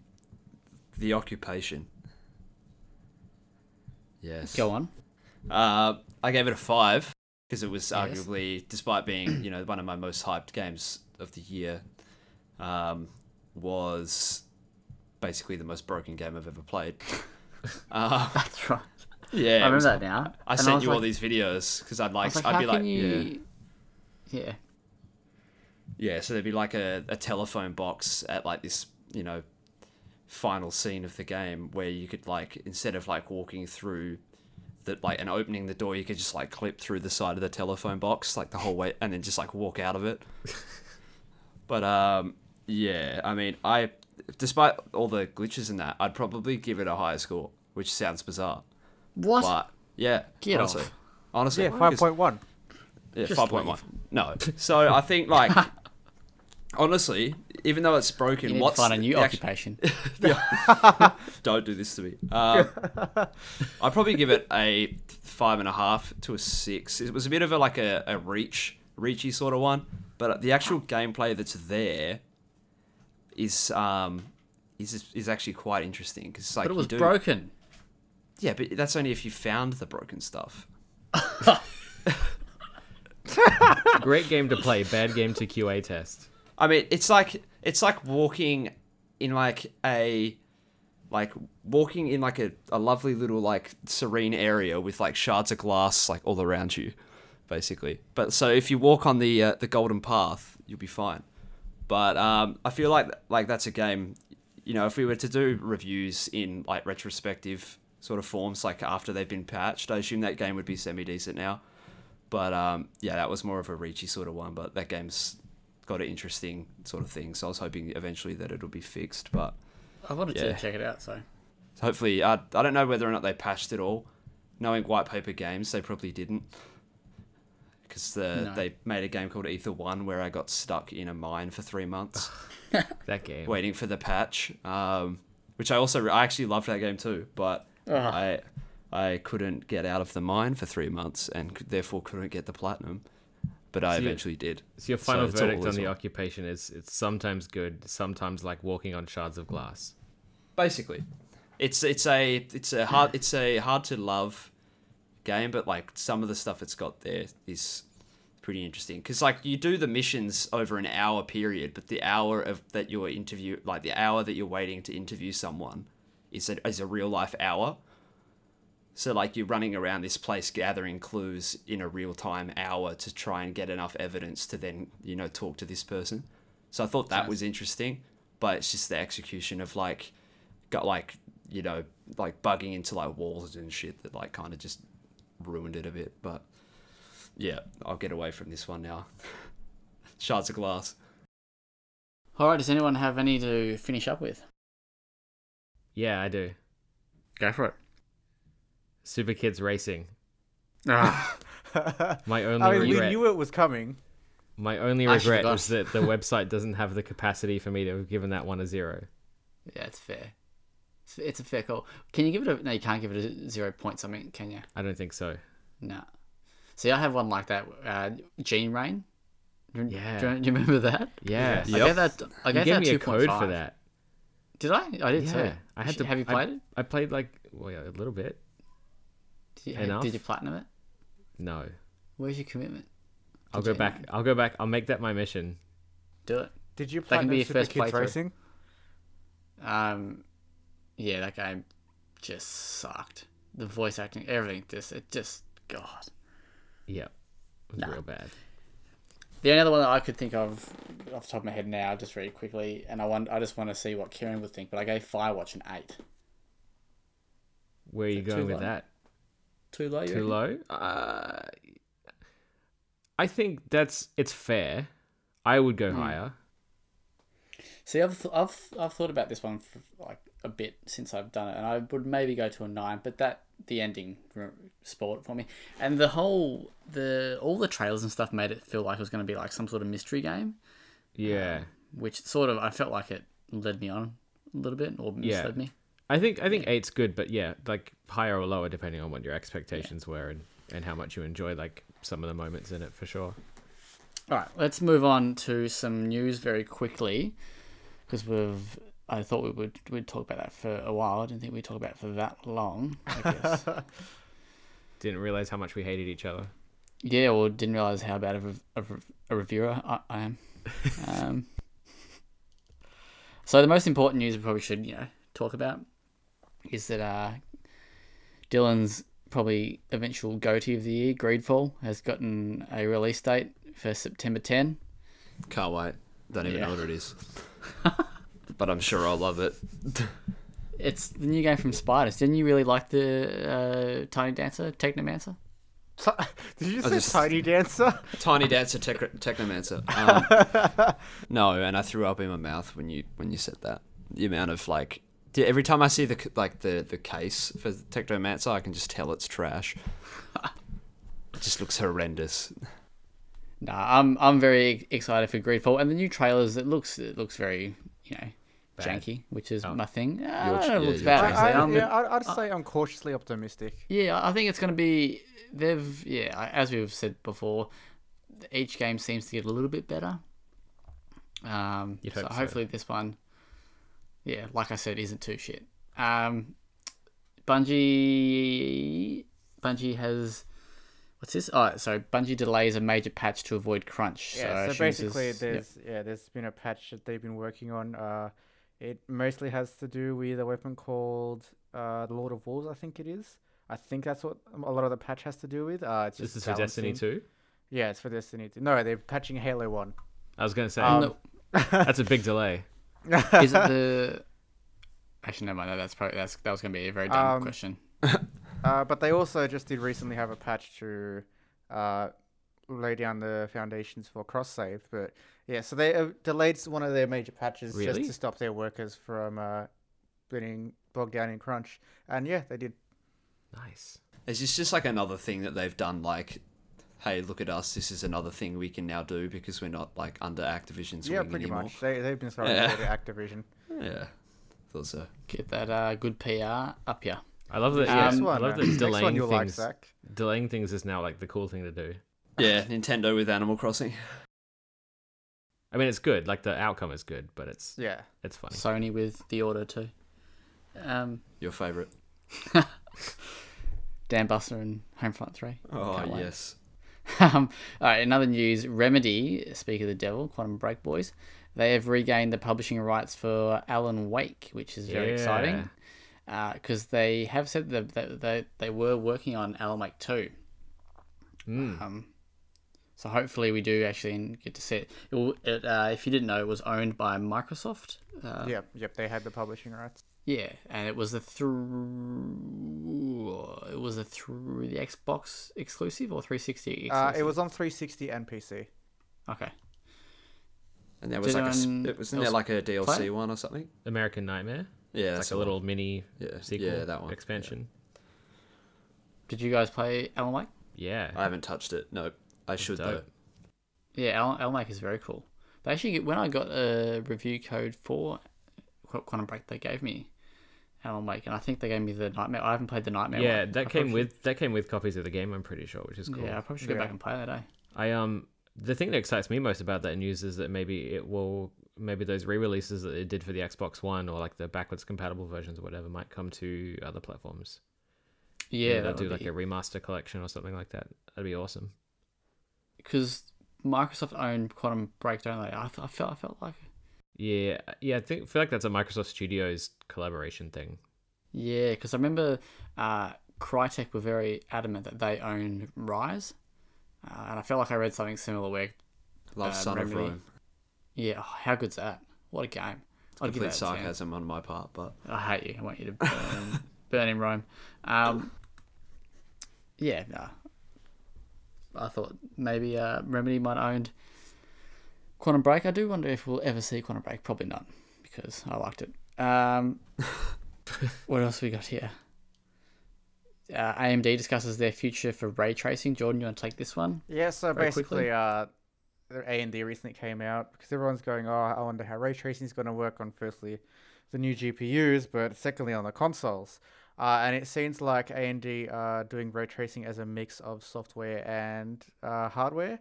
The occupation. Yes. Go on. Uh, I gave it a five because it was Yes. arguably, despite being you know one of my most hyped games of the year, um, was basically the most broken game I've ever played. uh, That's right. yeah, I it remember was- that now. I And sent was you all like- these videos because I'd I like, was like, I'd how be can like, yeah. you? Yeah. Yeah, so there'd be like a, a telephone box at like this, you know, final scene of the game where you could like instead of like walking through that like and opening the door, you could just like clip through the side of the telephone box like the whole way and then just like walk out of it. but um yeah, I mean I despite all the glitches in that, I'd probably give it a higher score, which sounds bizarre. What? But yeah, Get honestly. off. Honestly, Yeah, because- five point one. yeah, Just five point one. No, so I think like honestly, even though it's broken, you need what's to find a the new actu- occupation. Don't do this to me. Um, I'd probably give it a five and a half to a six. It was a bit of a like a, a reach, reachy sort of one, but the actual gameplay that's there is um is is actually quite interesting because like but it was you do, broken. Yeah, but that's only if you found the broken stuff. Great game to play. Bad game to QA test. I mean, it's like it's like walking in like a like walking in like a, a lovely little like serene area with like shards of glass like all around you, basically. But so if you walk on the uh, the golden path, you'll be fine. But um, I feel like like that's a game. You know, if we were to do reviews in like retrospective sort of forms, like after they've been patched, I assume that game would be semi decent now. But um, yeah, that was more of a reachy sort of one. But that game's got an interesting sort of thing. So I was hoping eventually that it'll be fixed. But I wanted to Yeah. check it out, so hopefully, I, I don't know whether or not they patched it all. Knowing White Paper Games, they probably didn't. Because the, No. they made a game called Ether One where I got stuck in a mine for three months That game. waiting for the patch. Um, which I also I actually loved that game too, but Ah. I I couldn't get out of the mine for three months and c- therefore couldn't get the platinum. But I So you- eventually did. So your final So it's all verdict on as the well. occupation is it's sometimes good, sometimes like walking on shards of glass. basically it's it's a it's a hard it's a hard to love game but like some of the stuff it's got there is pretty interesting because like you do the missions over an hour period but the hour of that you're interview like the hour that you're waiting to interview someone is a, is a real life hour. So like you're running around this place gathering clues in a real time hour to try and get enough evidence to then you know talk to this person. So I thought that was interesting, but it's just the execution of like got like you know like bugging into like walls and shit that like kind of just ruined it a bit. But yeah, I'll get away from this one now. Shards of glass. All right, does anyone have any to finish up with? Yeah, I do. Go for it. Super Kids Racing. Ah, My only I mean, we regret. knew it was coming. My only I actually regret forgot. was that the website doesn't have the capacity for me to have given that one a zero. yeah, it's fair. It's, it's a fair call. Can you give it a? No, you can't give it a zero point something, can you? I don't think so. No. See, I have one like that. Uh, Gene Rain. Do you- Yeah. Do you, do you remember that? Yeah. Yeah. I Yep. gave that. I You gave gave that me a 2.5. code for that. Did I? I did too. Yeah. I had Sh- to. Have you I- played it? I played like well, yeah, a little bit. Did you, enough. did you platinum it? No. Where's your commitment? I'll Did go you? back. I'll go back. I'll make that my mission. Do it. Did you That play can be your Super first Kids playthrough. Racing? Um, yeah, that game just sucked. The voice acting, everything, just it just God. Yep. It was Nah. real bad. The only other one that I could think of off the top of my head now, just really quickly, and I want I just want to see what Kieran would think, but I gave Firewatch an eight. Where are you Is it too going with low? that? Too low. you Too reckon? low? Uh, I think that's it's fair. I would Hmm. go higher. See, I've, I've I've thought about this one for like a bit since I've done it, and I would maybe go to a nine, but that the ending r- spoiled it for me, and the whole the all the trailers and stuff made it feel like it was going to be like some sort of mystery game. Yeah. which sort of I felt like it led me on a little bit or Yeah. misled me. I think I think eight's good, but yeah, like higher or lower depending on what your expectations were and and how much you enjoy like some of the moments in it for sure. All right, let's move on to some news very quickly because we've. I thought we would we'd talk about that for a while. I didn't think we'd talk about it for that long. I guess. Didn't realize how much we hated each other. yeah, or didn't realize how bad of a, of a- a reviewer I, I am. um, so the most important news we probably should you know talk about is that uh, Dylan's probably eventual goatee of the year, Greedfall, has gotten a release date for September 10. Can't wait. Don't even Yeah. know what it is. but I'm sure I'll love it. It's the new game from Spiders. Didn't you really like the uh, Tiny Dancer, Technomancer? Did you say just- Tiny Dancer? Tiny Dancer Tech- Technomancer. Um, no, and I threw up in my mouth when you when you said that. The amount of like yeah, every time I see the c- like the the case for Technomancer, I can just tell it's trash. It just looks horrendous. Nah, I'm I'm very excited for Greedfall and the new trailers. It looks it looks very you know janky, which is my thing. Uh, I don't know, it yeah, looks Oh. your bad. choice. actually. I, I, I'm- yeah, I'd, I'd say I'm cautiously optimistic. Yeah, I think it's going to be. They've yeah, I- as we've said before, each game seems to get a little bit better. Um, You'd so hope so. hopefully this one, yeah, like I said, isn't too shit. Um, Bungie, Bungie has. What's this? Oh, so Bungie delays a major patch to avoid crunch. I Yeah, so, assume this is- uh, basically, yep. there's yeah, there's been a patch that they've been working on. Uh, it mostly has to do with a weapon called uh, the Lord of Wolves, I think it is. I think that's what a lot of the patch has to do with. Uh, it's just This is for Destiny balancing- 2. Yeah, it's for Destiny Two. No, they're patching Halo One. I was going to say Um, No, that's a big delay. is it the? Actually, never mind. no, That's probably that's that was going to be a very dumb Um, question. Uh, but they also just did recently have a patch to uh, lay down the foundations for cross save. But yeah, so they uh, delayed one of their major patches Really? just to stop their workers from uh, getting bogged down in crunch. And yeah, they did. Nice. Is this just like another thing that they've done? Like, hey, look at us. This is another thing we can now do because we're not like under Activision's yeah, wing pretty anymore. much. They they've been starting Yeah. to Activision. Yeah, thought so. Get that uh, good PR up here. I love that. Um, yeah, Next I love one, that uh, next one delaying you'll like, things. Zach. delaying things is now like the cool thing to do. Yeah, Nintendo with Animal Crossing. I mean, it's good. Like the outcome is good, but it's Yeah. it's funny. Sony with the order too. Um, Your favorite. Dan Buster and Homefront Three. Oh Can't wait. yes. Um, all right, another news. Remedy, speak of the devil, Quantum Break boys, they have regained the publishing rights for Alan Wake, which is very Yeah. exciting. because they have said that that they, they were working on Alan Wake 2. Mm. Um, so hopefully we do actually get to see it. it, will- it uh, if you didn't know, it was owned by Microsoft. Uh, Oh. yep, yep. They had the publishing rights. yeah, and it was a through it was a through the Xbox exclusive or 360 exclusive. Uh, it was on 360 and PC. okay. And there was Did like a, anyone sp- it wasn't there else like a DLC play it? one or something? American Nightmare. Yeah, It's that's like a the one. little mini Yeah, sequel yeah, that one. expansion. Did you guys play Alan Wake? Yeah. I haven't touched it. No, I should dope. Yeah, Alan, Alan Wake is very cool. They actually, get- when I got a review code for Qu- Quantum Break, they gave me Alan Wake, and I think they gave me the Nightmare. I haven't played the Nightmare. yeah, one. I that came probably with that came with copies of the game. I'm pretty sure, which is should- cool. Yeah, I probably should go Yeah. back and play that. Eh? I um the thing that excites me most about that news is that maybe it will maybe those re-releases that it did for the Xbox One or like the backwards compatible versions or whatever might come to other platforms. Yeah, they'll that do would like be- a remaster collection or something like that. That'd be awesome. because Microsoft owned Quantum Break, don't they? I, th- I felt I felt like Yeah, yeah, I think feel like that's a Microsoft Studios collaboration thing. yeah, because I remember uh, Crytek were very adamant that they own Rise, uh, and I felt like I read something similar where Love Uh, Son Remedy. of Rome. yeah, oh, how good's that? What a game! I'd give that Complete a 10. sarcasm on my part, but I hate you. I want you to burn, burn in Rome. Um, yeah, no. I thought maybe uh, Remedy might owned Quantum Break. I do wonder if we'll ever see Quantum Break. Probably not, because I liked it. Um, what else we got here? Uh, AMD discusses their future for ray tracing. Jordan, you want to take this one? Yeah, so Very quickly. basically, uh, A and D recently came out because everyone's going, "Oh, I wonder how ray tracing is going to work on firstly the new GPUs, but secondly on the consoles." Uh, and it seems like A and D are doing ray tracing as a mix of software and uh, hardware,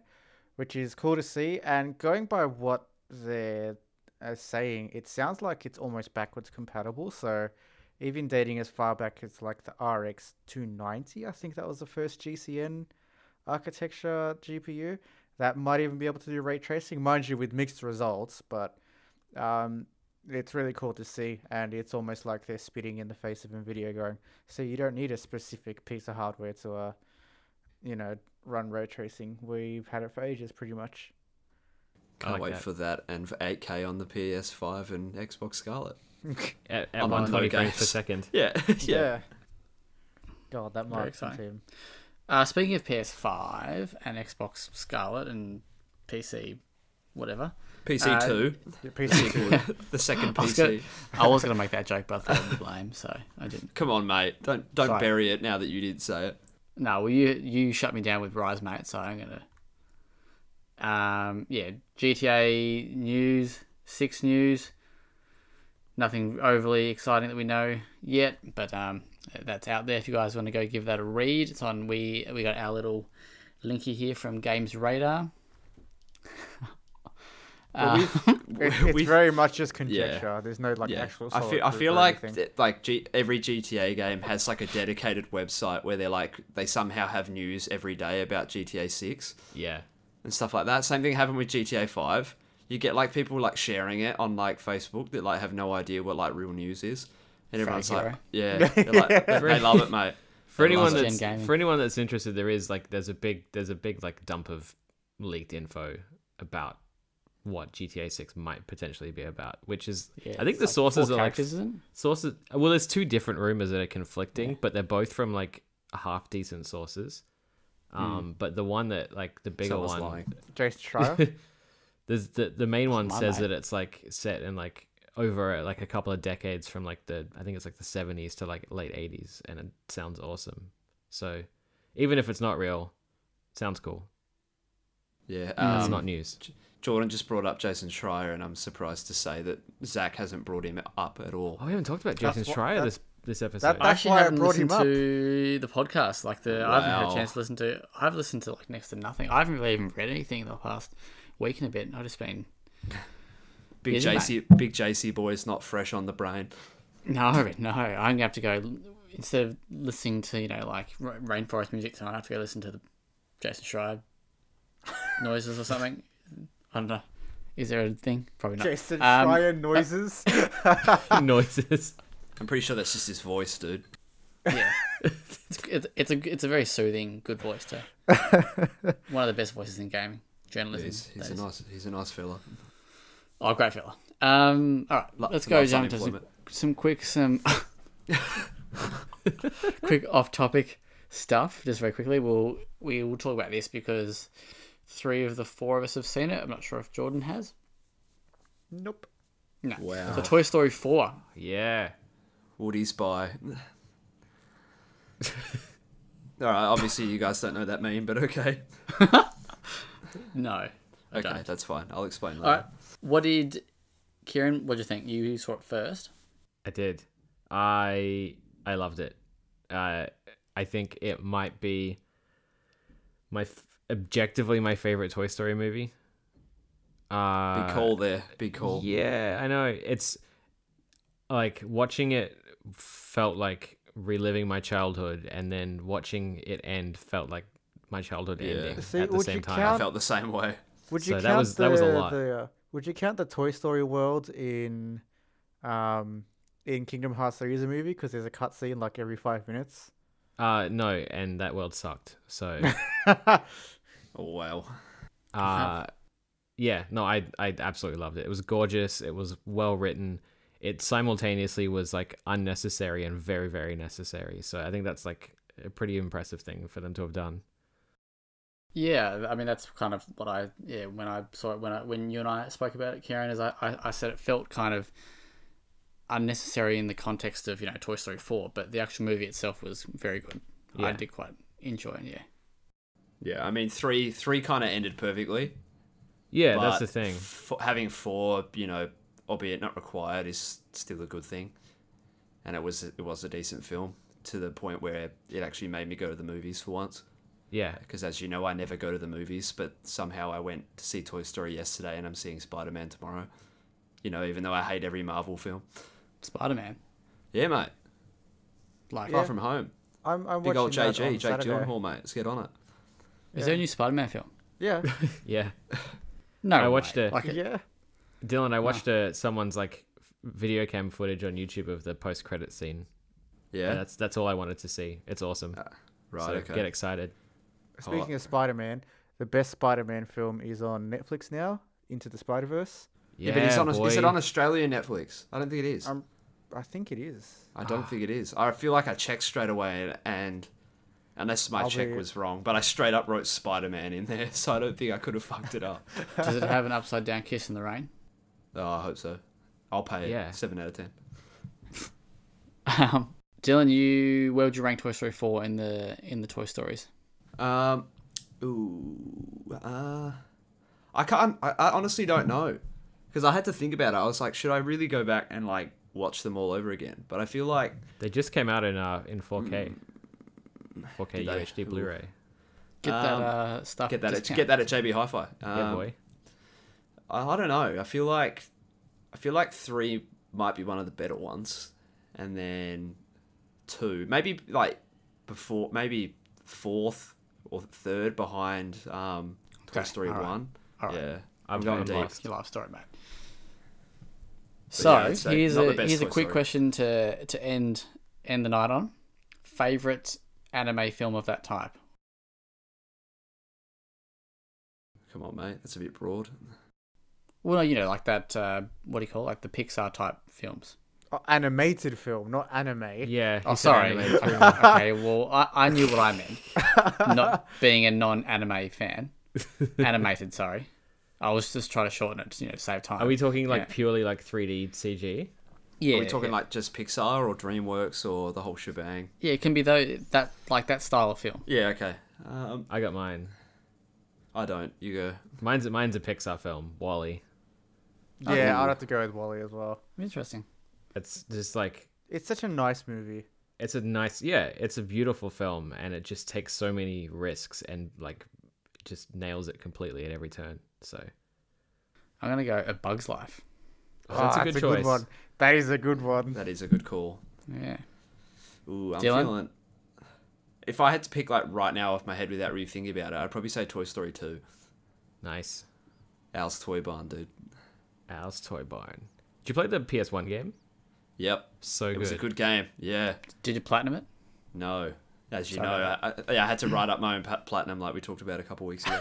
which is cool to see. And going by what they're uh, saying, it sounds like it's almost backwards compatible. So even dating as far back as like the RX 290, I think that was the first GCN architecture GPU that might even be able to do ray tracing, mind you, with mixed results. But um, it's really cool to see, and it's almost like they're spitting in the face of NVIDIA, going, "So you don't need a specific piece of hardware to, uh, you know, run ray tracing. We've had it for ages, pretty much." I can't like wait that. for that and for 8K on the PS5 and Xbox Scarlet. At, I'm at on 120 no frames per games. second. Yeah, yeah. God, that Very might exciting. team. Uh, speaking of PS5 and Xbox Scarlet and PC, whatever. Uh, PC2, Your PC too. the second I was PC. gonna, I was gonna make that joke, but I thought I'd blame, so I didn't. Come on, mate. Don't don't Sorry. bury it now that you did say it. No, well, you you shut me down with Rise, mate, so I'm gonna. Um, yeah, GTA news, six news. Nothing overly exciting that we know yet, but um, that's out there. If you guys want to go give that a read, it's on. We we got our little linky here from Games Radar. Uh, It- it's We- very much just conjecture. There's no like Yeah, actual. I solid feel I proof feel or like anything. th- like G- every GTA game has like a dedicated website where they're like they somehow have news every day about GTA 6. Yeah. and stuff like that. Same thing happened with GTA Five. You get like people like sharing it on like Facebook that like have no idea what like real news is, and everyone's Frank like, Hero. yeah, they're like, they, they love it, mate. For They anyone love it. Last-gen that's gaming. for anyone that's interested, there is like there's a big there's a big like dump of leaked info about what GTA 6 might potentially be about, which is I think it's the like sources four are like characters, isn't sources well there's two different rumors that are conflicting but they're both from like half decent sources um but the one that like the bigger Hmm. Someone's one lying. Jason Schreier. there's the the main one my says mate. that it's like set in like over like a couple of decades from like the i think it's like the 70s to like late 80s and it sounds awesome so even if it's not real it sounds cool Yeah, it's um, not news Jordan just brought up Jason Schreier, and I'm surprised to say that Zach hasn't brought him up at all. oh we haven't talked about That's jason what- schreier that- this this episode I That's actually why I haven't brought listened him up. to the podcast. Like the I haven't had Oh. Wow. a chance to listen to. I've listened to like next to nothing. I haven't really even read anything in the past week and a bit. I've just been Big Isn't that- JC, big JC boy's not fresh on the brain. no, no. I'm gonna have to go instead of listening to you know like ra- rainforest music tonight. I have to go listen to the Jason Schreier noises or something. I don't know. uh, Is there a thing? Probably not. Jason Um, Schreier noises. noises I'm pretty sure that's just his voice, dude. Yeah, it's, it's it's a it's a very soothing, good voice too. One of the best voices in gaming journalism. He's, he's a days. nice he's a nice fella. Oh, great fella. Um, all right, Lo- let's go loves jump to some, unemployment. some quick some quick off-topic stuff. Just very quickly, we'll we will talk about this because three of the four of us have seen it. I'm not sure if Jordan has. Nope. No. Wow. So Toy Story Four. Yeah. Woody Spy. All right, obviously you guys don't know that meme, but okay. No. I Okay, don't. that's fine. I'll explain later. All right. What did Kieran? What do you think? You saw it first. I did. I I loved it. Uh, I think it might be my f- objectively my favorite Toy Story movie. Uh, Be cool there. Be cool. Yeah, I know. It's like watching it felt like reliving my childhood, and then watching it end felt like my childhood Yeah. ending See, at the would same you time. I count- felt the same way. Would So you count that was- the, that was a lot. the uh, Would you count the Toy Story world in um in Kingdom Hearts 3 as a movie because there's a cutscene like every 5 minutes? Uh, no, and that world sucked. So. Oh, wow. Uh, yeah, no, I I absolutely loved it. It was gorgeous. It was well written. It simultaneously was like unnecessary and very very necessary. So I think that's like a pretty impressive thing for them to have done. Yeah, I mean that's kind of what I yeah when I saw it when I when you and I spoke about it, Karen, is I, I, I said it felt kind of unnecessary in the context of you know Toy Story four, but the actual movie itself was very good. I Yeah. did quite enjoy it. Yeah, Yeah, I mean, three three kind of ended perfectly. Yeah, that's but the thing. f- having four, you know, albeit not required, is still a good thing. And it was it was a decent film to the point where it actually made me go to the movies for once. Yeah, Because as you know, I never go to the movies, but somehow I went to see Toy Story yesterday, and I'm seeing Spider Man tomorrow. You know, even though I hate every Marvel film. Spider Man, Yeah, mate. like Far from home. I'm I'm Big watching old that on JG, Jake Saturday. Gyllenhaal, mate. Let's get on it. oh, is there a new Spider Man film? Yeah. yeah. No, I watched way. it. Like yeah. Dylan, I watched uh someone's like video cam footage on YouTube of the post credit scene. Yeah. Uh, Yeah, that's that's all I wanted to see. It's awesome. right. so okay. get excited. Speaking of Spider-Man, the best Spider-Man film is on Netflix now, Into the Spider-Verse. Yeah, but is, on, boy. is it on Australian Netflix? I don't think it is. Um, I think it is. I don't think it is. I feel like I checked straight away, and, and unless my I'll check be- was wrong, but I straight up wrote Spider Man in there, so I don't think I could have fucked it up. does it have an upside down kiss in the rain? Oh, I hope so. I'll pay Yeah. it. Seven out of ten. Um, Dylan, you where would you rank Toy Story four in the in the Toy Stories? Um, ooh, uh, I can't. I, I honestly don't know, because I had to think about it. I was like, should I really go back and like watch them all over again? But I feel like They just came out in uh in 4K, 4K Mm. Did they? UHD Ooh. Blu-ray. Get that Um, uh, stuff. get that at, discount. get that at JB Hi-Fi. Um, yeah, boy. I, I don't know. I feel like I feel like three might be one of the better ones, and then two, maybe like before, maybe fourth or third behind um, Toy Okay, Story alright, One. alright. Yeah, I'm I'm going going deep. last. your life story, mate. yeah, So I'd say here's not a the best here's a Toy quick Story. question to to end end the night on. Favorite anime film of that type? Come on, mate. That's a bit broad. Well, no, you know, like that. Uh, what do you call it? like the Pixar type films? Oh, animated film, not anime. Yeah. Oh, he said sorry. animated three. okay, well, I, I knew what I meant. Not being a non-anime fan, animated. Sorry, I was just trying to shorten it, you know, to save time. Are we talking like Yeah. purely like 3D CG? yeah, Are we talking yeah. like just Pixar or DreamWorks or the whole shebang? yeah, it can be though that like that style of film. Yeah. Okay. Um, I got mine. I don't. You go. Mine's mine's a Pixar film, Wally. Yeah, I'd have to go with Wally as well. Interesting. It's just like It's such a nice movie. it's a nice yeah, it's a beautiful film and it just takes so many risks and like just nails it completely at every turn. So I'm gonna go A Bug's Life. Ah, Oh, that's a good choice. one. That is a good one. That is a good call. Yeah. Ooh, I'm Dylan? feeling. If I had to pick like right now off my head without really thinking about it, I'd probably say Toy Story Two. Nice. Al's Toy Barn, dude. Al's Toy Barn. Did you play the PS1 game? Yep. So It was a good. good game. Yeah. Did you platinum it? No. As you Sorry know, about I, I, yeah, I had to write up my own pa- platinum like we talked about a couple weeks ago.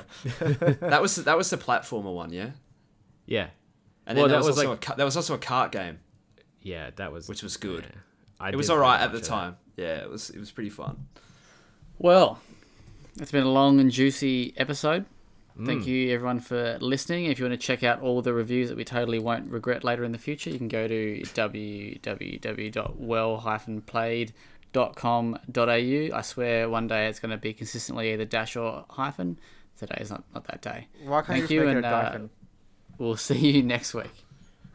that was that was the platformer one, yeah. Yeah, And then Well, that there was, was also like- a, ca- there was also a cart game, yeah, that was which was good. yeah. I It was did all right play at the much of that. time. Yeah, it was it was pretty fun. Well, it's been a long and juicy episode. Mm. Hmm. Thank you, everyone, for listening. If you want to check out all the reviews that we totally won't regret later in the future, you can go to www.well-played.com.au. I swear one day it's going to be consistently either dash or hyphen. Today is not, not that day. Why can't Thank you just you, make it a and, uh, Dyson? We'll see you next week.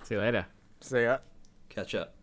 See you later. See ya. Catch up.